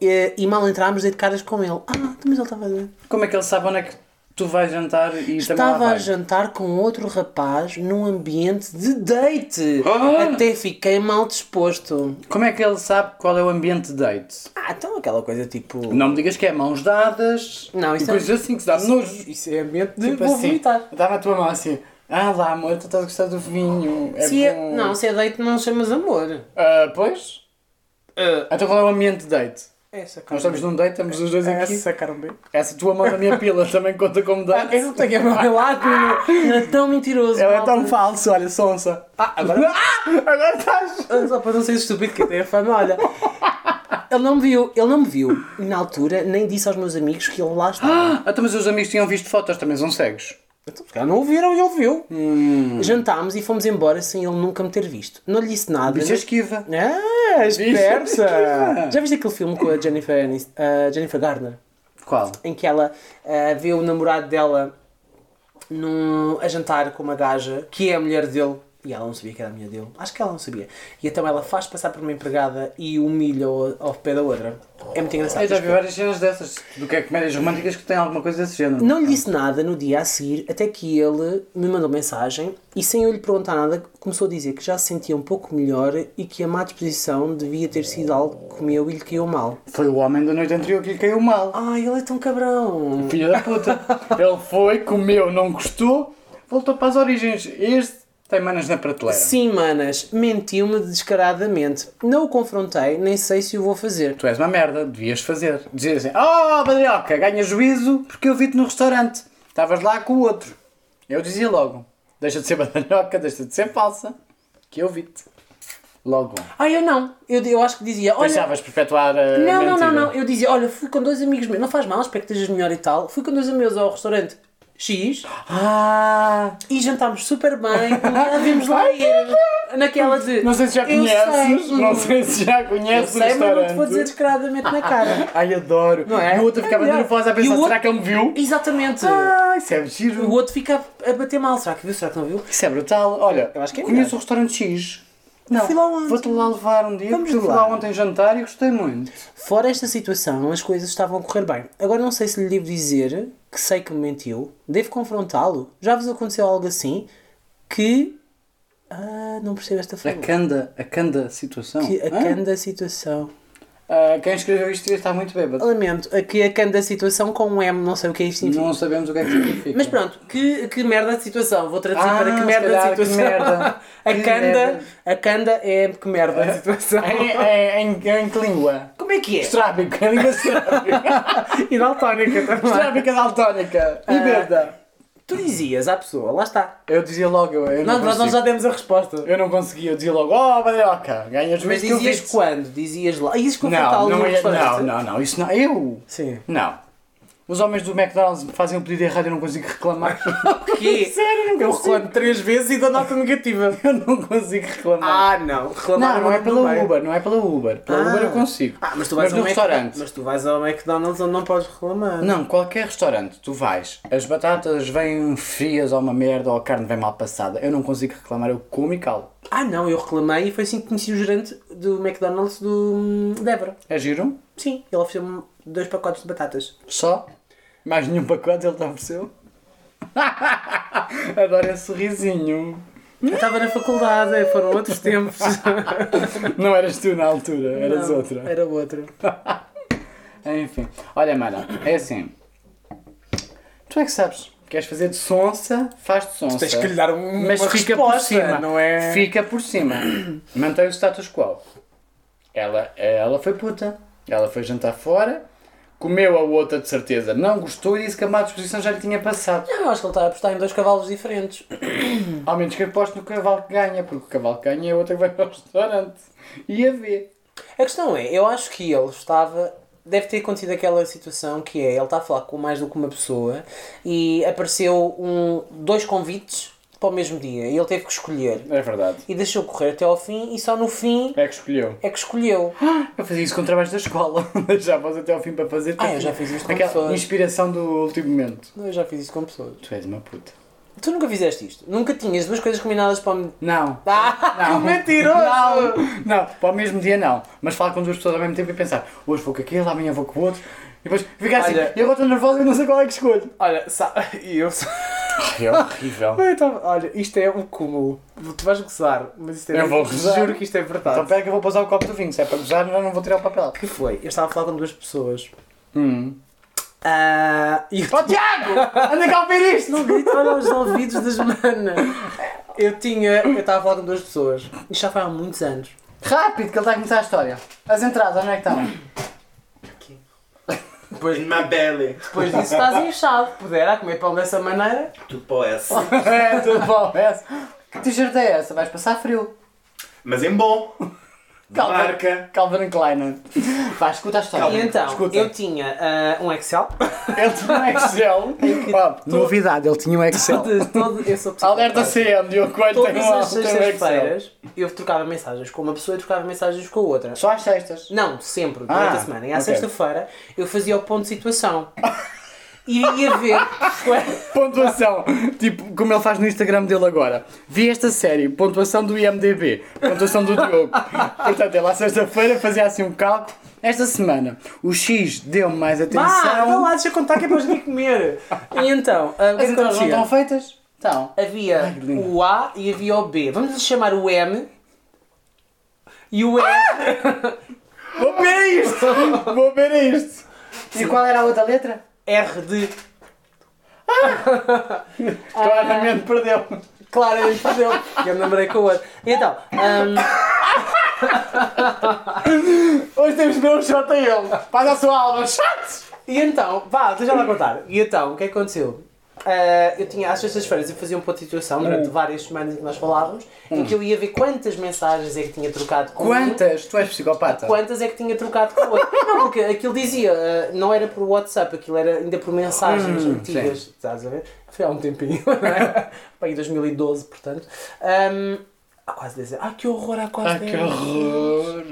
Speaker 3: e, e mal entrámos, dei de caras com ele. Ah, mas ele estava a
Speaker 2: Como é que ele sabe onde é que tu vais jantar e também
Speaker 3: Estava
Speaker 2: lá
Speaker 3: a
Speaker 2: vai?
Speaker 3: jantar com outro rapaz num ambiente de date.
Speaker 2: Ah!
Speaker 3: Até fiquei mal disposto.
Speaker 2: Como é que ele sabe qual é o ambiente de date?
Speaker 3: Ah, então aquela coisa tipo.
Speaker 2: Não me digas que é mãos dadas
Speaker 3: Não, isso
Speaker 2: e
Speaker 3: é-
Speaker 2: coisas assim que se dá nojo.
Speaker 3: Isso é ambiente de
Speaker 2: Tipo
Speaker 3: vou
Speaker 2: assim,
Speaker 3: vomitar.
Speaker 2: Dá-me a tua mão assim. Ah lá, amor, tu estás a gostar do vinho. É
Speaker 3: Se é-
Speaker 2: bom.
Speaker 3: Não, se é date não chamas amor.
Speaker 2: Ah, pois? Então qual é o ambiente de date?
Speaker 3: É
Speaker 2: Nós
Speaker 3: sacar
Speaker 2: estamos num date, estamos os dois aqui.
Speaker 3: sacaram é um bem.
Speaker 2: Essa Ah, tua mão na minha pila também conta como date.
Speaker 3: Ah, Eu não tenho a mão lá, Ele é tão mentiroso.
Speaker 2: Ela é
Speaker 3: malta.
Speaker 2: tão falsa, olha, sonsa.
Speaker 3: Ah, agora.
Speaker 2: [LAUGHS] Ah, agora estás.
Speaker 3: Só para não ser estúpido que eu tenho a fama, olha. Ele não me viu, ele não me viu. E na altura nem disse aos meus amigos que ele lá estava.
Speaker 2: Ah, então, mas os amigos tinham visto fotos, também são cegos.
Speaker 3: Então, se calhar não o viram e ele viu. Hum. Jantámos e fomos embora sem ele nunca me ter visto. Não lhe disse nada.
Speaker 2: Bicha é esquiva.
Speaker 3: Ah, esperta!
Speaker 2: esquiva.
Speaker 3: Já viste aquele filme com a Jennifer, Anis- a Jennifer Garner?
Speaker 2: Qual?
Speaker 3: Em que ela ah, vê o namorado dela num, a jantar com uma gaja que é a mulher dele. E ela não sabia que era a mulher dele. Acho que ela não sabia. E então ela faz passar por uma empregada e humilha-o ao pé da outra. É muito engraçado.
Speaker 2: Eu já vi várias cenas dessas, do que é comédias românticas que têm alguma coisa desse género.
Speaker 3: Não lhe disse nada no dia a seguir, até que ele me mandou mensagem e, sem eu lhe perguntar nada, começou a dizer que já se sentia um pouco melhor e que a má disposição devia ter sido algo que comeu e lhe caiu mal.
Speaker 2: Foi o homem da noite anterior que lhe caiu mal.
Speaker 3: Ai, ele é tão cabrão!
Speaker 2: Filha da puta. Ele foi, comeu, não gostou, voltou para as origens. Este tem manas na prateleira.
Speaker 3: Sim, manas, mentiu-me descaradamente. Não o confrontei, nem sei se o vou fazer.
Speaker 2: Tu és uma merda, devias fazer. Dizer assim, oh, Badrioca, ganha juízo porque eu vi-te no restaurante. Estavas lá com o outro. Eu dizia logo, deixa de ser badalhoca, deixa de ser falsa, que eu vi-te. Logo.
Speaker 3: Ah, eu não. Eu, eu acho que dizia, olha...
Speaker 2: Deixavas perpetuar a é
Speaker 3: Não,
Speaker 2: mentira.
Speaker 3: não, não, não. Eu dizia, olha, fui com dois amigos meus. Não faz mal, espero que estejas melhor e tal. Fui com dois amigos ao restaurante. X
Speaker 2: Ah!
Speaker 3: e jantámos super
Speaker 2: [LAUGHS]
Speaker 3: bem. Já vimos lá ir naquela de.
Speaker 2: Não sei se já
Speaker 3: "Eu
Speaker 2: conheces,
Speaker 3: sei,
Speaker 2: não sei se já
Speaker 3: Eu
Speaker 2: conheces o
Speaker 3: sei, mas não te vou dizer
Speaker 2: restaurante.
Speaker 3: descaradamente
Speaker 2: [LAUGHS]
Speaker 3: na cara.
Speaker 2: Ai, adoro.
Speaker 3: Não é?
Speaker 2: E o outro ficava
Speaker 3: É melhor.
Speaker 2: nervosa a
Speaker 3: E o
Speaker 2: pensar,
Speaker 3: outro-
Speaker 2: será que ele me viu?
Speaker 3: Exatamente.
Speaker 2: Ah, isso é
Speaker 3: O
Speaker 2: giro.
Speaker 3: outro fica a- a bater mal. Será que viu? Será que não viu?
Speaker 2: Isso é brutal. Olha,
Speaker 3: Eu acho que é
Speaker 2: conheço
Speaker 3: melhor.
Speaker 2: o restaurante X. Não,
Speaker 3: Fui lá ontem.
Speaker 2: vou-te lá levar um dia,
Speaker 3: Vamos
Speaker 2: porque fui
Speaker 3: lá.
Speaker 2: lá ontem jantar e gostei muito.
Speaker 3: Fora esta situação, as coisas estavam a correr bem. Agora não sei se lhe devo dizer que sei que me mentiu. Devo confrontá-lo. Já vos aconteceu algo assim que. Ah, não percebo esta
Speaker 2: A
Speaker 3: forma.
Speaker 2: canda, a canda situação.
Speaker 3: Que a
Speaker 2: Hã?
Speaker 3: canda situação.
Speaker 2: Ah, quem escreveu isto devia estar muito bêbado.
Speaker 3: Lamento, a que a canda situação com um M, não sei o que é isto significa.
Speaker 2: Não sabemos o que é que significa.
Speaker 3: Mas pronto, que, que merda de situação. Vou traduzir
Speaker 2: Ah,
Speaker 3: para que
Speaker 2: se
Speaker 3: merda
Speaker 2: calhar,
Speaker 3: de
Speaker 2: que
Speaker 3: situação.
Speaker 2: merda.
Speaker 3: [LAUGHS] A
Speaker 2: Que
Speaker 3: canda,
Speaker 2: merda.
Speaker 3: a canda é que merda de situação.
Speaker 2: em, em, em, em que língua?
Speaker 3: Como é que é?
Speaker 2: Estrábica, língua estrábica. [LAUGHS]
Speaker 3: E daltónica também.
Speaker 2: estrábica daltónica. E bêbada.
Speaker 3: é- Tu dizias à pessoa, lá está.
Speaker 2: Ah, Eu dizia logo, eu, eu não,
Speaker 3: Não, nós, nós já
Speaker 2: conseguia.
Speaker 3: demos a resposta.
Speaker 2: Eu não conseguia, eu dizia logo, oh, Badalhoca, ganhas
Speaker 3: Mas
Speaker 2: que eu
Speaker 3: dizias
Speaker 2: vi-te."
Speaker 3: quando? Dizias lá. Ias
Speaker 2: Não,
Speaker 3: confrontá-lo
Speaker 2: não,
Speaker 3: no
Speaker 2: ia, não,
Speaker 3: restaurante?
Speaker 2: não, não, isso não. Eu?
Speaker 3: Sim.
Speaker 2: Não. Os homens do McDonald's me fazem um pedido errado e eu não consigo reclamar.
Speaker 3: [LAUGHS] Porquê?
Speaker 2: Sério, não
Speaker 3: Eu
Speaker 2: consigo.
Speaker 3: reclamo três vezes e dou [LAUGHS] nota negativa.
Speaker 2: Eu não consigo reclamar.
Speaker 3: Ah, não. Reclamar
Speaker 2: Não, não é
Speaker 3: pelo
Speaker 2: pela Uber, não é pela Uber. Pela Uber eu consigo.
Speaker 3: Ah, mas tu vais
Speaker 2: no
Speaker 3: ao Mac-
Speaker 2: restaurante.
Speaker 3: Mas tu vais ao McDonald's onde não podes reclamar.
Speaker 2: Não, qualquer restaurante, tu vais, as batatas vêm frias ou uma merda ou a carne vem mal passada. Eu não consigo reclamar, eu como e calo.
Speaker 3: Ah, não. Eu reclamei e foi assim que conheci o gerente do McDonald's do hum, Débora.
Speaker 2: É giro?
Speaker 3: Sim, ele ofereceu-me dois pacotes de batatas.
Speaker 2: Só? Mais nenhum pacote ele te ofereceu? [LAUGHS] Adoro esse sorrisinho.
Speaker 3: Eu estava na faculdade, é, foram outros [LAUGHS] tempos.
Speaker 2: Não eras tu na altura, eras
Speaker 3: Não,
Speaker 2: outra.
Speaker 3: Era outra.
Speaker 2: Enfim, olha, Mara, é assim. Tu é que sabes. Queres fazer de sonsa, faz de sonsa.
Speaker 3: tens que lhe dar um-
Speaker 2: Mas
Speaker 3: uma
Speaker 2: fica por
Speaker 3: resposta,
Speaker 2: cima.
Speaker 3: não é?
Speaker 2: Fica por
Speaker 3: [CLEARS THROAT]
Speaker 2: cima. Mantém o status quo. Ela, ela foi puta. Ela foi jantar fora, comeu a outra de certeza, não gostou e disse que a má disposição já lhe tinha passado.
Speaker 3: Não, eu acho que ele está a apostar em dois cavalos diferentes.
Speaker 2: Ao menos que aposte no cavalo que ganha, porque o cavalo que ganha é a outra que vai ao restaurante. E a ver.
Speaker 3: A questão é, eu acho que ele estava. Deve ter acontecido aquela situação que é ele está a falar com mais do que uma pessoa e apareceu um, dois convites para o mesmo dia e ele teve que escolher.
Speaker 2: É verdade.
Speaker 3: E deixou correr até ao fim e só no fim
Speaker 2: É que escolheu.
Speaker 3: é que escolheu.
Speaker 2: Eu fazia isso com trabalhos da escola. [LAUGHS] Deixavas até ao fim para fazer.
Speaker 3: Ah, eu já fiz isto com
Speaker 2: Aquela
Speaker 3: pessoas.
Speaker 2: inspiração do último momento.
Speaker 3: Eu já fiz isso com pessoas.
Speaker 2: Tu és uma puta.
Speaker 3: Tu nunca fizeste isto? Nunca tinhas duas coisas combinadas para o.
Speaker 2: Não.
Speaker 3: Ah, [LAUGHS]
Speaker 2: Não.
Speaker 3: que mentiroso!
Speaker 2: Não, não, para o mesmo dia não. Mas falar com duas pessoas ao mesmo tempo e pensar, hoje vou com aquele, amanhã vou com o outro. E depois fica assim,
Speaker 3: Olha-
Speaker 2: eu agora estou nervosa e não sei qual é que escolho.
Speaker 3: Olha, [LAUGHS] sabe, eu sou.
Speaker 2: [LAUGHS] É horrível.
Speaker 3: Eu tava- Olha, isto é um cúmulo. Tu vais gozar, mas isto é.
Speaker 2: Eu vou gozar.
Speaker 3: Juro que isto é verdade.
Speaker 2: Então pera que eu vou pousar o copo do vinho, se é para gozar já não vou tirar o papel.
Speaker 3: que foi? Eu estava a falar com duas pessoas.
Speaker 2: Hum.
Speaker 3: Ah, e eu
Speaker 2: Oh [LAUGHS] Tiago! Anda cá a ouvir isto!
Speaker 3: não gritaram aos ouvidos das manas. Eu tinha. Eu estava a falar com duas pessoas. Isto já foi há muitos anos.
Speaker 2: Rápido que ele está a começar a história. As entradas, onde é que estão?
Speaker 4: In my belly.
Speaker 3: Depois disso estás inchado. Pudera comer pão dessa maneira.
Speaker 4: Tu poes.
Speaker 2: é, tudo bom, essa. Que t-shirt é essa? Vais passar frio.
Speaker 4: Mas em bom. De
Speaker 2: Calma.
Speaker 4: Marca.
Speaker 2: Calvin Klein. Vai, escuta a história.
Speaker 3: E então,
Speaker 2: escuta.
Speaker 3: eu tinha ah, um Excel.
Speaker 2: Ele tinha um
Speaker 3: [LAUGHS]
Speaker 2: Excel. Pá, Novidade, ele tinha um Excel.
Speaker 3: Todo, todo, eu sou psicopata.
Speaker 2: Alerta CM, Diogo Coelho tem
Speaker 3: Todas
Speaker 2: um
Speaker 3: as
Speaker 2: alto, tem um Excel.
Speaker 3: sextas-feiras eu trocava mensagens com uma pessoa e trocava mensagens com a outra.
Speaker 2: Só às sextas.
Speaker 3: Não, sempre, durante
Speaker 2: Ah,
Speaker 3: a semana. E à
Speaker 2: ok.
Speaker 3: sexta-feira eu fazia o ponto de situação. E ia
Speaker 2: [LAUGHS]
Speaker 3: ver.
Speaker 2: Pontuação. Tipo, como ele faz no Instagram dele agora. Vi esta série. Pontuação do IMDB. Pontuação do Diogo. Portanto, ele à sexta-feira fazia assim um cálculo. Esta semana, o X deu-me mais atenção.
Speaker 3: Pá, não lá, deixa eu contar que é para os comer. E então, ah, o que é
Speaker 2: As
Speaker 3: que
Speaker 2: entradas não
Speaker 3: acontecia?
Speaker 2: estão feitas? Estão.
Speaker 3: Havia
Speaker 2: Ai, que lindo.
Speaker 3: o A e havia o B. Vamos lhe chamar o M. E o E.
Speaker 2: Vou ver a isto! Vou ver a isto! E qual era a outra letra?
Speaker 3: R de.
Speaker 2: Claramente perdeu.
Speaker 3: Claramente perdeu. E eu me lembrei com o outro. E então, ah,
Speaker 2: Hoje temos de ver um shot a ele. Faz a sua alma. Shot!
Speaker 3: e então, vá, deixa lá contar. E então, o que é que aconteceu? ah, eu tinha às sextas-feiras eu fazia um ponto de situação
Speaker 2: Hum.
Speaker 3: durante várias semanas em que nós falávamos, em que eu ia ver quantas mensagens é que tinha trocado com um,
Speaker 2: Quantas? Tu és psicopata?
Speaker 3: quantas é que tinha trocado com o
Speaker 2: [LAUGHS]
Speaker 3: outro. Não, porque aquilo dizia, ah, não era por WhatsApp, aquilo era ainda por
Speaker 2: Hum,
Speaker 3: mensagens antigas, estás a ver? Foi há um tempinho, [LAUGHS] não é? Para aí 2012, portanto. Ahm, há quase 10 anos. Ah, que horror, há quase
Speaker 2: Ah,
Speaker 3: 10
Speaker 2: que
Speaker 3: anos.
Speaker 2: horror!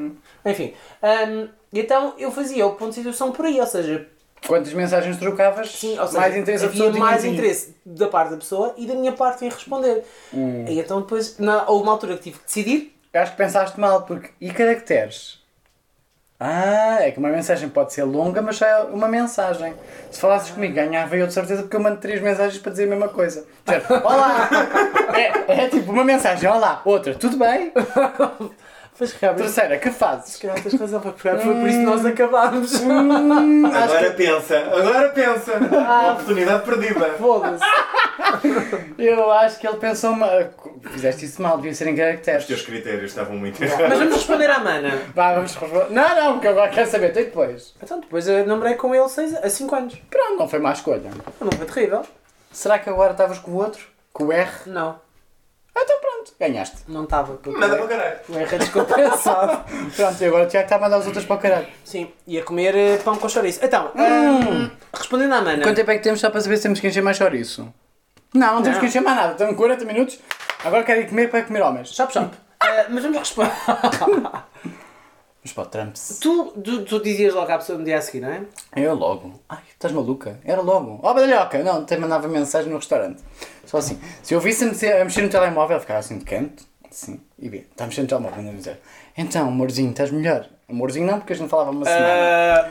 Speaker 3: Enfim, ahm, então eu fazia o ponto de situação por aí, ou seja,
Speaker 2: Quantas mensagens trocavas?
Speaker 3: Sim, ou seja,
Speaker 2: mais interesse a
Speaker 3: havia
Speaker 2: pessoa tinha
Speaker 3: mais
Speaker 2: em ti.
Speaker 3: interesse da parte da pessoa e da minha parte em responder.
Speaker 2: Hum.
Speaker 3: E então depois, na, houve uma altura que tive que decidir,
Speaker 2: Acho que pensaste mal, porque. E caracteres? Ah, é que uma mensagem pode ser longa, mas só é uma mensagem. Se falasses comigo, ganhava eu de certeza, porque eu mando três mensagens para dizer a mesma coisa. Tipo, olá! É, é tipo uma mensagem, olá! Outra, tudo bem?
Speaker 3: mas realmente,
Speaker 2: Terceira, que fazes?
Speaker 3: se calhar tens razão, foi por, foi por isso que nós acabámos.
Speaker 2: Hum, acho
Speaker 4: Agora pensa, agora pensa. Oportunidade perdida.
Speaker 3: Foda-se.
Speaker 2: que- eu acho que ele pensou mal. Fizeste isso mal, devia ser em
Speaker 4: Os teus
Speaker 2: caracteres.
Speaker 4: critérios estavam muito
Speaker 3: Mas
Speaker 4: errados.
Speaker 3: vamos responder à mana.
Speaker 2: Vá, vamos responder. Não, não, porque eu agora quero saber, tem depois.
Speaker 3: Então depois eu namorei com ele seis, a 5 anos.
Speaker 2: Pronto, não foi má escolha.
Speaker 3: Não foi terrível?
Speaker 2: Será que agora estavas com o outro? Com o R?
Speaker 3: Não,
Speaker 2: Ah, então pronto, ganhaste.
Speaker 3: não estava. porque
Speaker 4: Nada para o caralho.
Speaker 3: O erro é [LAUGHS] descompensado.
Speaker 2: Pronto, e agora o Tiago está a mandar os outros para o caralho.
Speaker 3: Sim, ia comer eh, pão com chouriço. Então, hum, respondendo à mana.
Speaker 2: Quanto tempo é que temos só para saber se temos que encher mais chouriço? Não, não temos que encher mais nada. Estão 40 minutos. Agora quero ir comer para comer homens.
Speaker 3: Chop, [LAUGHS] chop. Eh, mas vamos [LAUGHS] responder.
Speaker 2: Mas para o Trumps.
Speaker 3: Tu, tu, tu dizias logo à pessoa no dia a seguir, não é?
Speaker 2: Eu logo. Ai, estás maluca? Era logo. Ó, oh, badalhoca! Não, até mandava mensagem no restaurante. Só assim. Se eu visse a mexer, a mexer no telemóvel, ficava assim de canto. Assim. E bem, está mexendo no telemóvel, não dizer. Então, amorzinho, estás melhor? Amorzinho não, porque a gente não falava uma semana.
Speaker 3: Eh,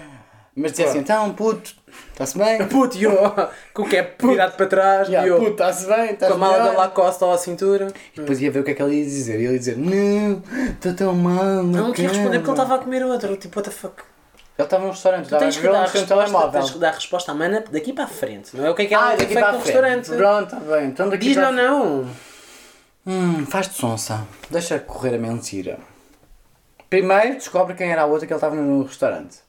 Speaker 2: Mas dizia assim, então, puto, está-se [LAUGHS] bem?
Speaker 3: puto, yo. [LAUGHS] Com o que é virado para trás,
Speaker 2: Yeah,
Speaker 3: yo.
Speaker 2: puto, está-se bem?
Speaker 3: Com
Speaker 2: Estás
Speaker 3: a mala da
Speaker 2: melhor?
Speaker 3: Lacoste à cintura.
Speaker 2: Depois ia ver o que é que ele ia dizer. E ele ia dizer: Não, estou tão mal.
Speaker 3: Não, queria
Speaker 2: quero."
Speaker 3: responder porque ele estava a comer outro. Tipo, what the fuck.
Speaker 2: Ele estava num restaurante, estava a
Speaker 3: Tens que,
Speaker 2: ver um
Speaker 3: dar a
Speaker 2: restaurante
Speaker 3: resposta, tens que
Speaker 2: telemóvel.
Speaker 3: dar a resposta à mana daqui para a frente, não é? O que é que ela
Speaker 2: Ah,
Speaker 3: fez
Speaker 2: daqui
Speaker 3: feito
Speaker 2: para
Speaker 3: no
Speaker 2: a frente.
Speaker 3: restaurante?
Speaker 2: Pronto, está bem. Então daqui
Speaker 3: Diz
Speaker 2: para a
Speaker 3: não, não.
Speaker 2: Hum, faz-te sonsa. Deixa correr a mentira. Primeiro descobre quem era a outra que ele estava no restaurante.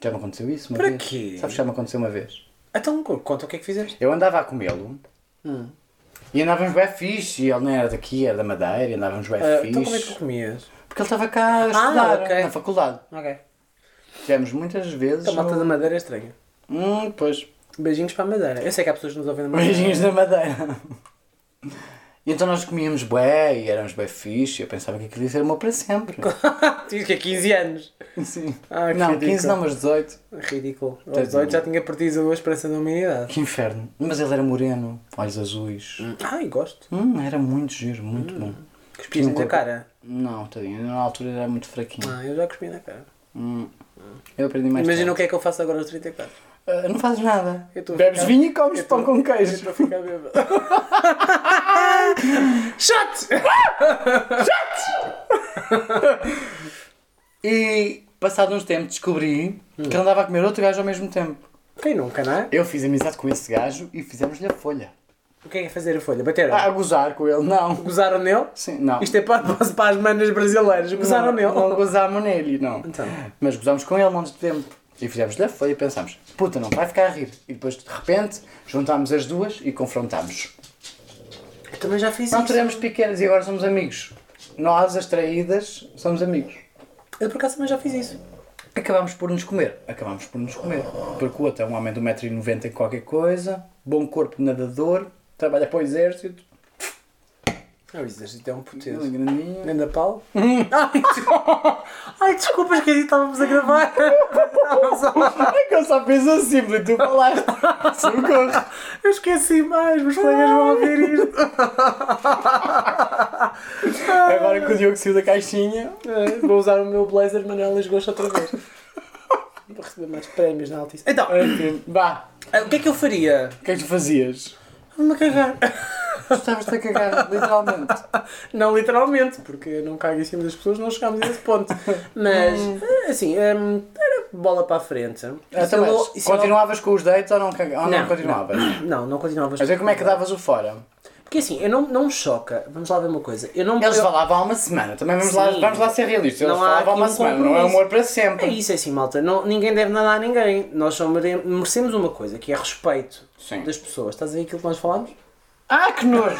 Speaker 2: Já me aconteceu isso uma
Speaker 3: Para
Speaker 2: vez.
Speaker 3: quê?
Speaker 2: Sabes que já me aconteceu uma vez?
Speaker 3: Então, conta o que é que fizeste.
Speaker 2: Eu andava a comê-lo.
Speaker 3: Hum.
Speaker 2: E andávamos bem fixe, e ele não era daqui, era da Madeira, e andávamos bem
Speaker 3: Ah,
Speaker 2: fixe.
Speaker 3: então, como é que tu comias?
Speaker 2: Porque ele estava cá a estudar,
Speaker 3: ok.
Speaker 2: na faculdade.
Speaker 3: Ok.
Speaker 2: Tivemos muitas vezes.
Speaker 3: A malta
Speaker 2: no-
Speaker 3: da Madeira é estranha.
Speaker 2: Hum, pois.
Speaker 3: Beijinhos para a Madeira. Eu sei que há pessoas que nos ouvem na Madeira.
Speaker 2: Beijinhos da madeira. E então nós comíamos bué e éramos bué fixe. Eu pensava que aquilo ia ser o meu para sempre.
Speaker 3: Diz que é 15 anos.
Speaker 2: Sim.
Speaker 3: Ah, que
Speaker 2: não,
Speaker 3: ridículo.
Speaker 2: 15 não, um- mas 18.
Speaker 3: Ridículo.
Speaker 2: Tadinho.
Speaker 3: Aos 18 já tinha perdido a esperança da humanidade.
Speaker 2: Que inferno. Mas ele era moreno, olhos azuis. Hum,
Speaker 3: Ai, gosto.
Speaker 2: era muito giro, muito bom.
Speaker 3: Cuspis Hum. na
Speaker 2: Nunca-
Speaker 3: cara.
Speaker 2: Não, tadinho, na altura era muito fraquinho.
Speaker 3: Ah, eu já cuspi na cara.
Speaker 2: Eu aprendi mais
Speaker 3: Imagina o
Speaker 2: tarde.
Speaker 3: que é que eu faço agora aos 34.
Speaker 2: Ah, não fazes nada.
Speaker 3: Eu tô a
Speaker 2: Bebes
Speaker 3: ficar-
Speaker 2: vinho e comes
Speaker 3: eu tô-
Speaker 2: pão com
Speaker 3: Eu
Speaker 2: queijo.
Speaker 3: estou a ficar bêbado. [LAUGHS] Shot!
Speaker 2: E passado uns tempos descobri
Speaker 3: Hum.
Speaker 2: que ele andava a comer outro gajo ao mesmo tempo.
Speaker 3: Quem nunca, não é?
Speaker 2: Eu fiz amizade com esse gajo e fizemos-lhe a folha.
Speaker 3: O que é que é fazer a folha? Bateram?
Speaker 2: Ah, a gozar com ele, não.
Speaker 3: Gozaram nele?
Speaker 2: Sim, não.
Speaker 3: Isto é para, para as manas brasileiras. Gozaram
Speaker 2: não,
Speaker 3: nele?
Speaker 2: Não gozámos nele, não.
Speaker 3: Então.
Speaker 2: Mas gozámos com ele um monte de tempo. E fizemos-lhe a folha e pensámos, puta, não vai ficar a rir. E depois, de repente, juntámos as duas e confrontámos.
Speaker 3: Eu também já fiz
Speaker 2: Não
Speaker 3: isso.
Speaker 2: teremos pequenas e agora somos amigos. Nós, as traídas, somos amigos.
Speaker 3: Eu por acaso também já fiz isso.
Speaker 2: Acabámos por nos comer. Acabámos por nos comer. Porque o outro é um homem de 1,90m em qualquer coisa, bom corpo nadador, trabalha para o exército,
Speaker 3: Não, isso isto é um
Speaker 2: é
Speaker 3: puteiro.
Speaker 2: grandinho.
Speaker 3: Ainda pau? [LAUGHS] Ai, desculpa. Ai, desculpa, esqueci que estávamos a gravar. Estávamos a-
Speaker 2: É que eu só fiz um símbolo e tu [LAUGHS] falaste. Socorro.
Speaker 3: Eu esqueci mais, meus colegas vão ouvir isto.
Speaker 2: Agora que o Diogo saiu da caixinha.
Speaker 3: [LAUGHS] É, Vou usar o meu blazer Manuel Lisgosto outra vez. Vou receber mais prémios na Altice. Então,
Speaker 2: Enfim, é vá.
Speaker 3: ah, o que é que eu faria?
Speaker 2: O que é que tu fazias?
Speaker 3: Vou-me cagar.
Speaker 2: Tu estavas-te a cagar, literalmente.
Speaker 3: Não literalmente, porque eu não cago em cima das pessoas, não chegámos a esse ponto. Mas, ah, assim, hum, era bola para a frente.
Speaker 2: Então,
Speaker 3: eu-
Speaker 2: mas,
Speaker 3: eu-
Speaker 2: continuavas com os dates ou não, caga- ou não,
Speaker 3: é Não,
Speaker 2: continuavas?
Speaker 3: Não, não continuavas.
Speaker 2: Mas aí como é que é davas o fora?
Speaker 3: Porque assim, eu não, não me choca. Vamos lá ver uma coisa. Eu não
Speaker 2: Eles
Speaker 3: eu-
Speaker 2: falavam há uma semana, também vamos,
Speaker 3: Sim.
Speaker 2: lá, vamos lá ser realistas. Eles
Speaker 3: Não há
Speaker 2: falavam há
Speaker 3: aqui
Speaker 2: uma
Speaker 3: um
Speaker 2: semana, não é
Speaker 3: compromisso.
Speaker 2: amor para
Speaker 3: É
Speaker 2: sempre.
Speaker 3: isso, é assim, malta. Não, ninguém deve nada a ninguém. Nós só mere- merecemos uma coisa, que é respeito
Speaker 2: Sim.
Speaker 3: das pessoas. Estás a ver aquilo que nós [LAUGHS] falámos?
Speaker 2: Ah, que nojo!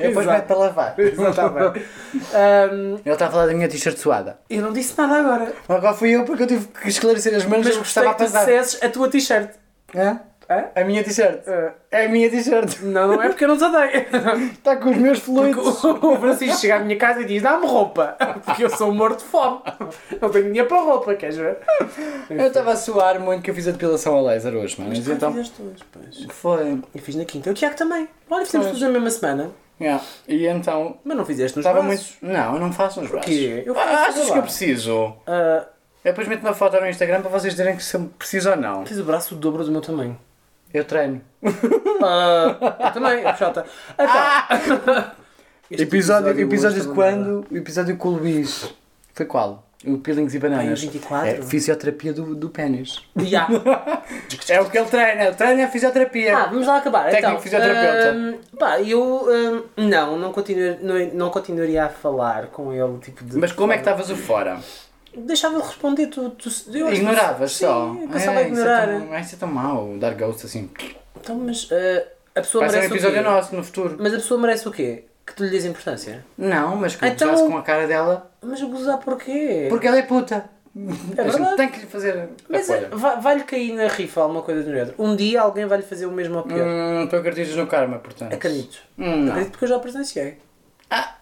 Speaker 2: Eu depois
Speaker 3: Exato.
Speaker 2: meto para lavar.
Speaker 3: Ahm,
Speaker 2: Ele está a falar da minha t-shirt suada.
Speaker 3: Ehm, eu não disse nada agora.
Speaker 2: Agora fui eu porque eu tive que esclarecer as mãos
Speaker 3: Mas
Speaker 2: do que estava
Speaker 3: gostava
Speaker 2: a
Speaker 3: que tu
Speaker 2: passar.
Speaker 3: dissesses a tua t-shirt.
Speaker 2: Hã?
Speaker 3: Hã?
Speaker 2: A minha t-shirt. É a minha t-shirt.
Speaker 3: Não, não é porque eu não te [LAUGHS] odeio.
Speaker 2: Está com os meus fluidos.
Speaker 3: O o Francisco chega à minha casa e diz: dá-me roupa, porque eu sou morto de fome. Não tenho dinheiro para roupa, queres ver?
Speaker 2: Eu estava a suar muito que eu fiz a depilação a laser hoje, mano. Mas então.
Speaker 3: as tuas, pois.
Speaker 2: Foi.
Speaker 3: Eu fiz na quinta. O Tiago também. Olha, fizemos tudo na mesma semana,
Speaker 2: Yeah. E então.
Speaker 3: mas não fizeste nos
Speaker 2: Estava
Speaker 3: braços.
Speaker 2: muito. Não, eu não faço nos braços.
Speaker 3: quê? Eu faço
Speaker 2: ah, achas
Speaker 3: tudo
Speaker 2: que eu
Speaker 3: lá.
Speaker 2: preciso?
Speaker 3: Ah,
Speaker 2: Eu depois meto uma foto no Instagram para vocês dizerem que se eu preciso ou não.
Speaker 3: fiz o braço do dobro do meu tamanho.
Speaker 2: Eu treino.
Speaker 3: Ah, eu também, chata.
Speaker 2: Episódio, episódio,
Speaker 3: Então, este hoje tá
Speaker 2: de
Speaker 3: está bem
Speaker 2: quando? O episódio com o Luís. Foi qual? O Peelings e Bananas.
Speaker 3: Bem, o 24.
Speaker 2: É, fisioterapia do, do pênis.
Speaker 3: dado. Ya.
Speaker 2: É o que ele treina. Ele treina a fisioterapia.
Speaker 3: Ah, vamos lá acabar.
Speaker 2: Técnico
Speaker 3: então,
Speaker 2: fisioterapeuta.
Speaker 3: ah, pá, eu ah, não, não, continu, não, não continuaria a falar com ele. Tipo de,
Speaker 2: Mas como é que estavas o fora?
Speaker 3: Deixava-lhe responder, tu, tu eu acho que-
Speaker 2: Ignoravas
Speaker 3: sim,
Speaker 2: só.
Speaker 3: eu passava a
Speaker 2: É, isso é
Speaker 3: ignorar.
Speaker 2: tão- ah, Isso é tão mau, dar ghost assim.
Speaker 3: Então, mas eh, a pessoa
Speaker 2: Vai ser um
Speaker 3: merece o
Speaker 2: episódio
Speaker 3: quê?
Speaker 2: nosso no futuro.
Speaker 3: Mas a pessoa merece o quê? Que tu lhe dês importância?
Speaker 2: Não, mas que
Speaker 3: Então-
Speaker 2: então... com a cara dela.
Speaker 3: Mas abusar porquê?
Speaker 2: Porque ela é puta.
Speaker 3: É
Speaker 2: A gente
Speaker 3: verdade.
Speaker 2: tem que lhe fazer.
Speaker 3: Mas eh,
Speaker 2: apoio.
Speaker 3: va- vai-lhe cair na rifa alguma coisa do género. Um dia alguém vai-lhe fazer o mesmo ao pior.
Speaker 2: Hum, tu acreditas no karma, portanto.
Speaker 3: Acredito.
Speaker 2: Hum, não.
Speaker 3: Acredito porque eu já presenciei.
Speaker 2: Ah.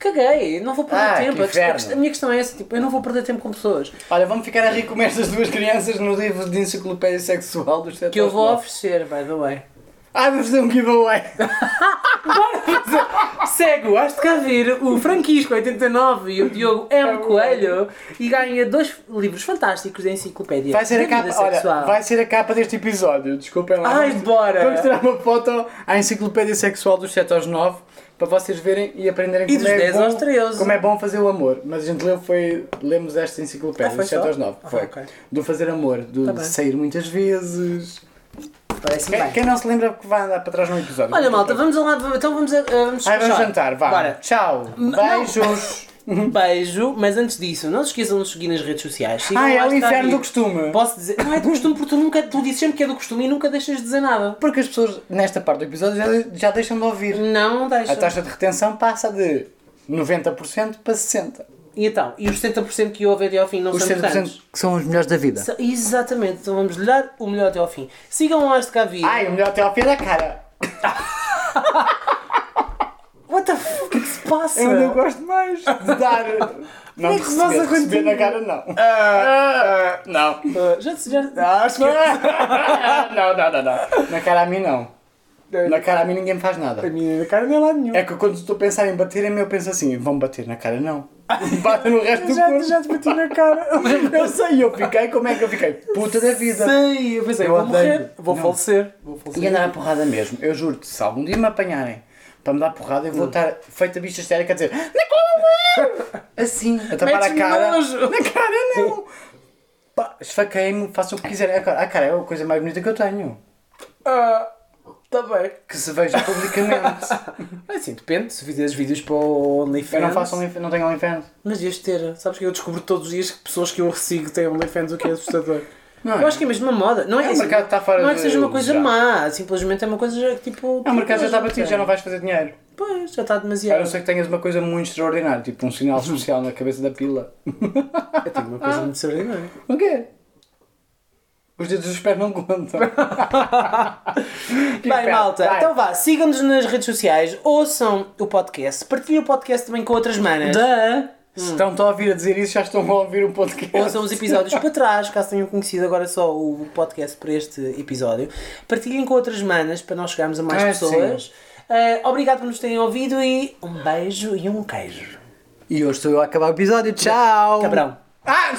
Speaker 3: Caguei, não vou perder
Speaker 2: Ah,
Speaker 3: tempo.
Speaker 2: que
Speaker 3: A questão- a,
Speaker 2: inferno.
Speaker 3: questão- a minha questão é essa, tipo, eu não vou perder tempo com pessoas
Speaker 2: Olha, vamos ficar a rir com estas duas crianças no livro de enciclopédia sexual dos sete
Speaker 3: que eu
Speaker 2: aos
Speaker 3: vou
Speaker 2: nove.
Speaker 3: oferecer, by the way.
Speaker 2: Ai, vamos fazer um giveaway.
Speaker 3: Segue o Has de Cá Vir, o Franquisco 89 e o Diogo
Speaker 2: É
Speaker 3: M. Coelho e ganha dois livros fantásticos da enciclopédia.
Speaker 2: Vai ser
Speaker 3: da
Speaker 2: a capa,
Speaker 3: vida
Speaker 2: olha,
Speaker 3: sexual.
Speaker 2: vai ser a capa deste episódio. Desculpem lá.
Speaker 3: Ai, bora!
Speaker 2: Vamos tirar uma foto à enciclopédia sexual dos 7 aos 9 para vocês verem e aprenderem
Speaker 3: E
Speaker 2: como
Speaker 3: dos
Speaker 2: é
Speaker 3: 10
Speaker 2: bom,
Speaker 3: aos 13.
Speaker 2: como é bom fazer o amor. Mas a gente leu foi lemos esta enciclopédia
Speaker 3: Ah, foi
Speaker 2: dos 7
Speaker 3: só?
Speaker 2: aos 9.
Speaker 3: Ah,
Speaker 2: foi.
Speaker 3: ok.
Speaker 2: Do fazer amor, do
Speaker 3: Tá
Speaker 2: de
Speaker 3: bem.
Speaker 2: sair muitas vezes.
Speaker 3: Parece
Speaker 2: Quem,
Speaker 3: bem.
Speaker 2: quem não se lembra que vai andar para trás num episódio.
Speaker 3: Olha, malta, vamos lá, então vamos, a-
Speaker 2: Ai,
Speaker 3: vamos
Speaker 2: vamos
Speaker 3: despachar.
Speaker 2: jantar, vá.
Speaker 3: Bora.
Speaker 2: Tchau.
Speaker 3: [LAUGHS]
Speaker 2: Beijos.
Speaker 3: Beijo, mas antes disso, não se esqueçam de nos seguir nas redes sociais. Sigam
Speaker 2: Ai, é
Speaker 3: lá
Speaker 2: o
Speaker 3: está
Speaker 2: inferno
Speaker 3: aqui.
Speaker 2: do costume.
Speaker 3: Posso dizer, não é do costume porque tu nunca, tu dizes sempre que é do costume e nunca deixas de dizer nada.
Speaker 2: Porque as pessoas, nesta parte do episódio, já, já deixam de ouvir.
Speaker 3: Não deixas.
Speaker 2: A taxa de retenção passa de 90% para 60%.
Speaker 3: E então, e os 70% que ouvem até ao fim não
Speaker 2: Os
Speaker 3: são
Speaker 2: 100%
Speaker 3: importantes?
Speaker 2: que são os melhores da vida.
Speaker 3: Sa- Exatamente, então vamos lhe dar o melhor até ao fim. Sigam o Ars de Cavi.
Speaker 2: Ai, o melhor até ao pé da cara.
Speaker 3: What the fuck, o que é que se passa?
Speaker 2: gosto mais de [LAUGHS] dar. Não
Speaker 3: é
Speaker 2: é
Speaker 3: que se passa
Speaker 2: receber, receber na cara, não. Ah, não.
Speaker 3: Uh, já, já,
Speaker 2: Ah, [LAUGHS] não, não, não, não. Na cara a mim, não. Na cara a mim ninguém me faz nada.
Speaker 3: minha cara não é lá nenhum.
Speaker 2: É que quando estou a pensar em bater, eu penso assim: vão bater na cara, [LAUGHS] não. Batem no resto do corpo.
Speaker 3: te bati na cara.
Speaker 2: [LAUGHS] Eu sei, eu fiquei, como é que eu fiquei? Puta da vida.
Speaker 3: Sei, eu pensei,
Speaker 2: Eu
Speaker 3: vou
Speaker 2: odeio.
Speaker 3: morrer, vou
Speaker 2: Não.
Speaker 3: falecer. Vou falecer.
Speaker 2: E andar a porrada mesmo. Eu juro-te, se algum dia me apanharem para me dar porrada, eu vou estar feita bicha histérica a dizer "Na [LAUGHS] cara não!" Assim, a tapar a
Speaker 3: Metes-me
Speaker 2: cara.
Speaker 3: nojo.
Speaker 2: Na cara não! Pá, Esfaquei-me, façam o que quiserem. A cara, a cara é a coisa mais bonita que eu tenho.
Speaker 3: Ah, tá bem.
Speaker 2: Que se veja [LAUGHS] publicamente.
Speaker 3: Assim, depende, se fizeres vídeos para o OnlyFans.
Speaker 2: eu não faço OnlyFans, não tenho OnlyFans.
Speaker 3: Mas devias ter. Sabes que eu descubro todos os dias que pessoas que eu sigo têm OnlyFans, o que é assustador.
Speaker 2: Não é?
Speaker 3: Eu acho que é mesmo uma moda. Não é,
Speaker 2: É, o
Speaker 3: assim,
Speaker 2: mercado está fora
Speaker 3: Não é que
Speaker 2: de
Speaker 3: seja uma coisa
Speaker 2: usar.
Speaker 3: má, simplesmente é uma coisa já que, tipo.
Speaker 2: Ah, o mercado já está batido, já não
Speaker 3: vai.
Speaker 2: vais fazer dinheiro.
Speaker 3: Pois, já está
Speaker 2: A
Speaker 3: demasiado.
Speaker 2: não ser que tenhas uma coisa muito extraordinária, tipo um [LAUGHS] sinal especial na cabeça da pila.
Speaker 3: Eu tenho tipo uma coisa muito extraordinária.
Speaker 2: [LAUGHS] O quê? Os dedos dos pés não [LAUGHS] contam.
Speaker 3: Bem, malta, então vá, sigam-nos nas redes sociais, ouçam o podcast, partilhem o podcast também com outras manas.
Speaker 2: Da. Se estão a ouvir a dizer isso, já estão a ouvir o podcast.
Speaker 3: Ouçam os episódios para trás, caso tenham conhecido agora só o podcast para este episódio. Partilhem com outras manas para nós chegarmos a mais
Speaker 2: Ah,
Speaker 3: pessoas. Ah, obrigado por nos terem ouvido e um beijo e um queijo.
Speaker 2: E hoje estou eu a acabar o episódio. Tchau!
Speaker 3: Cabrão.
Speaker 2: Ah!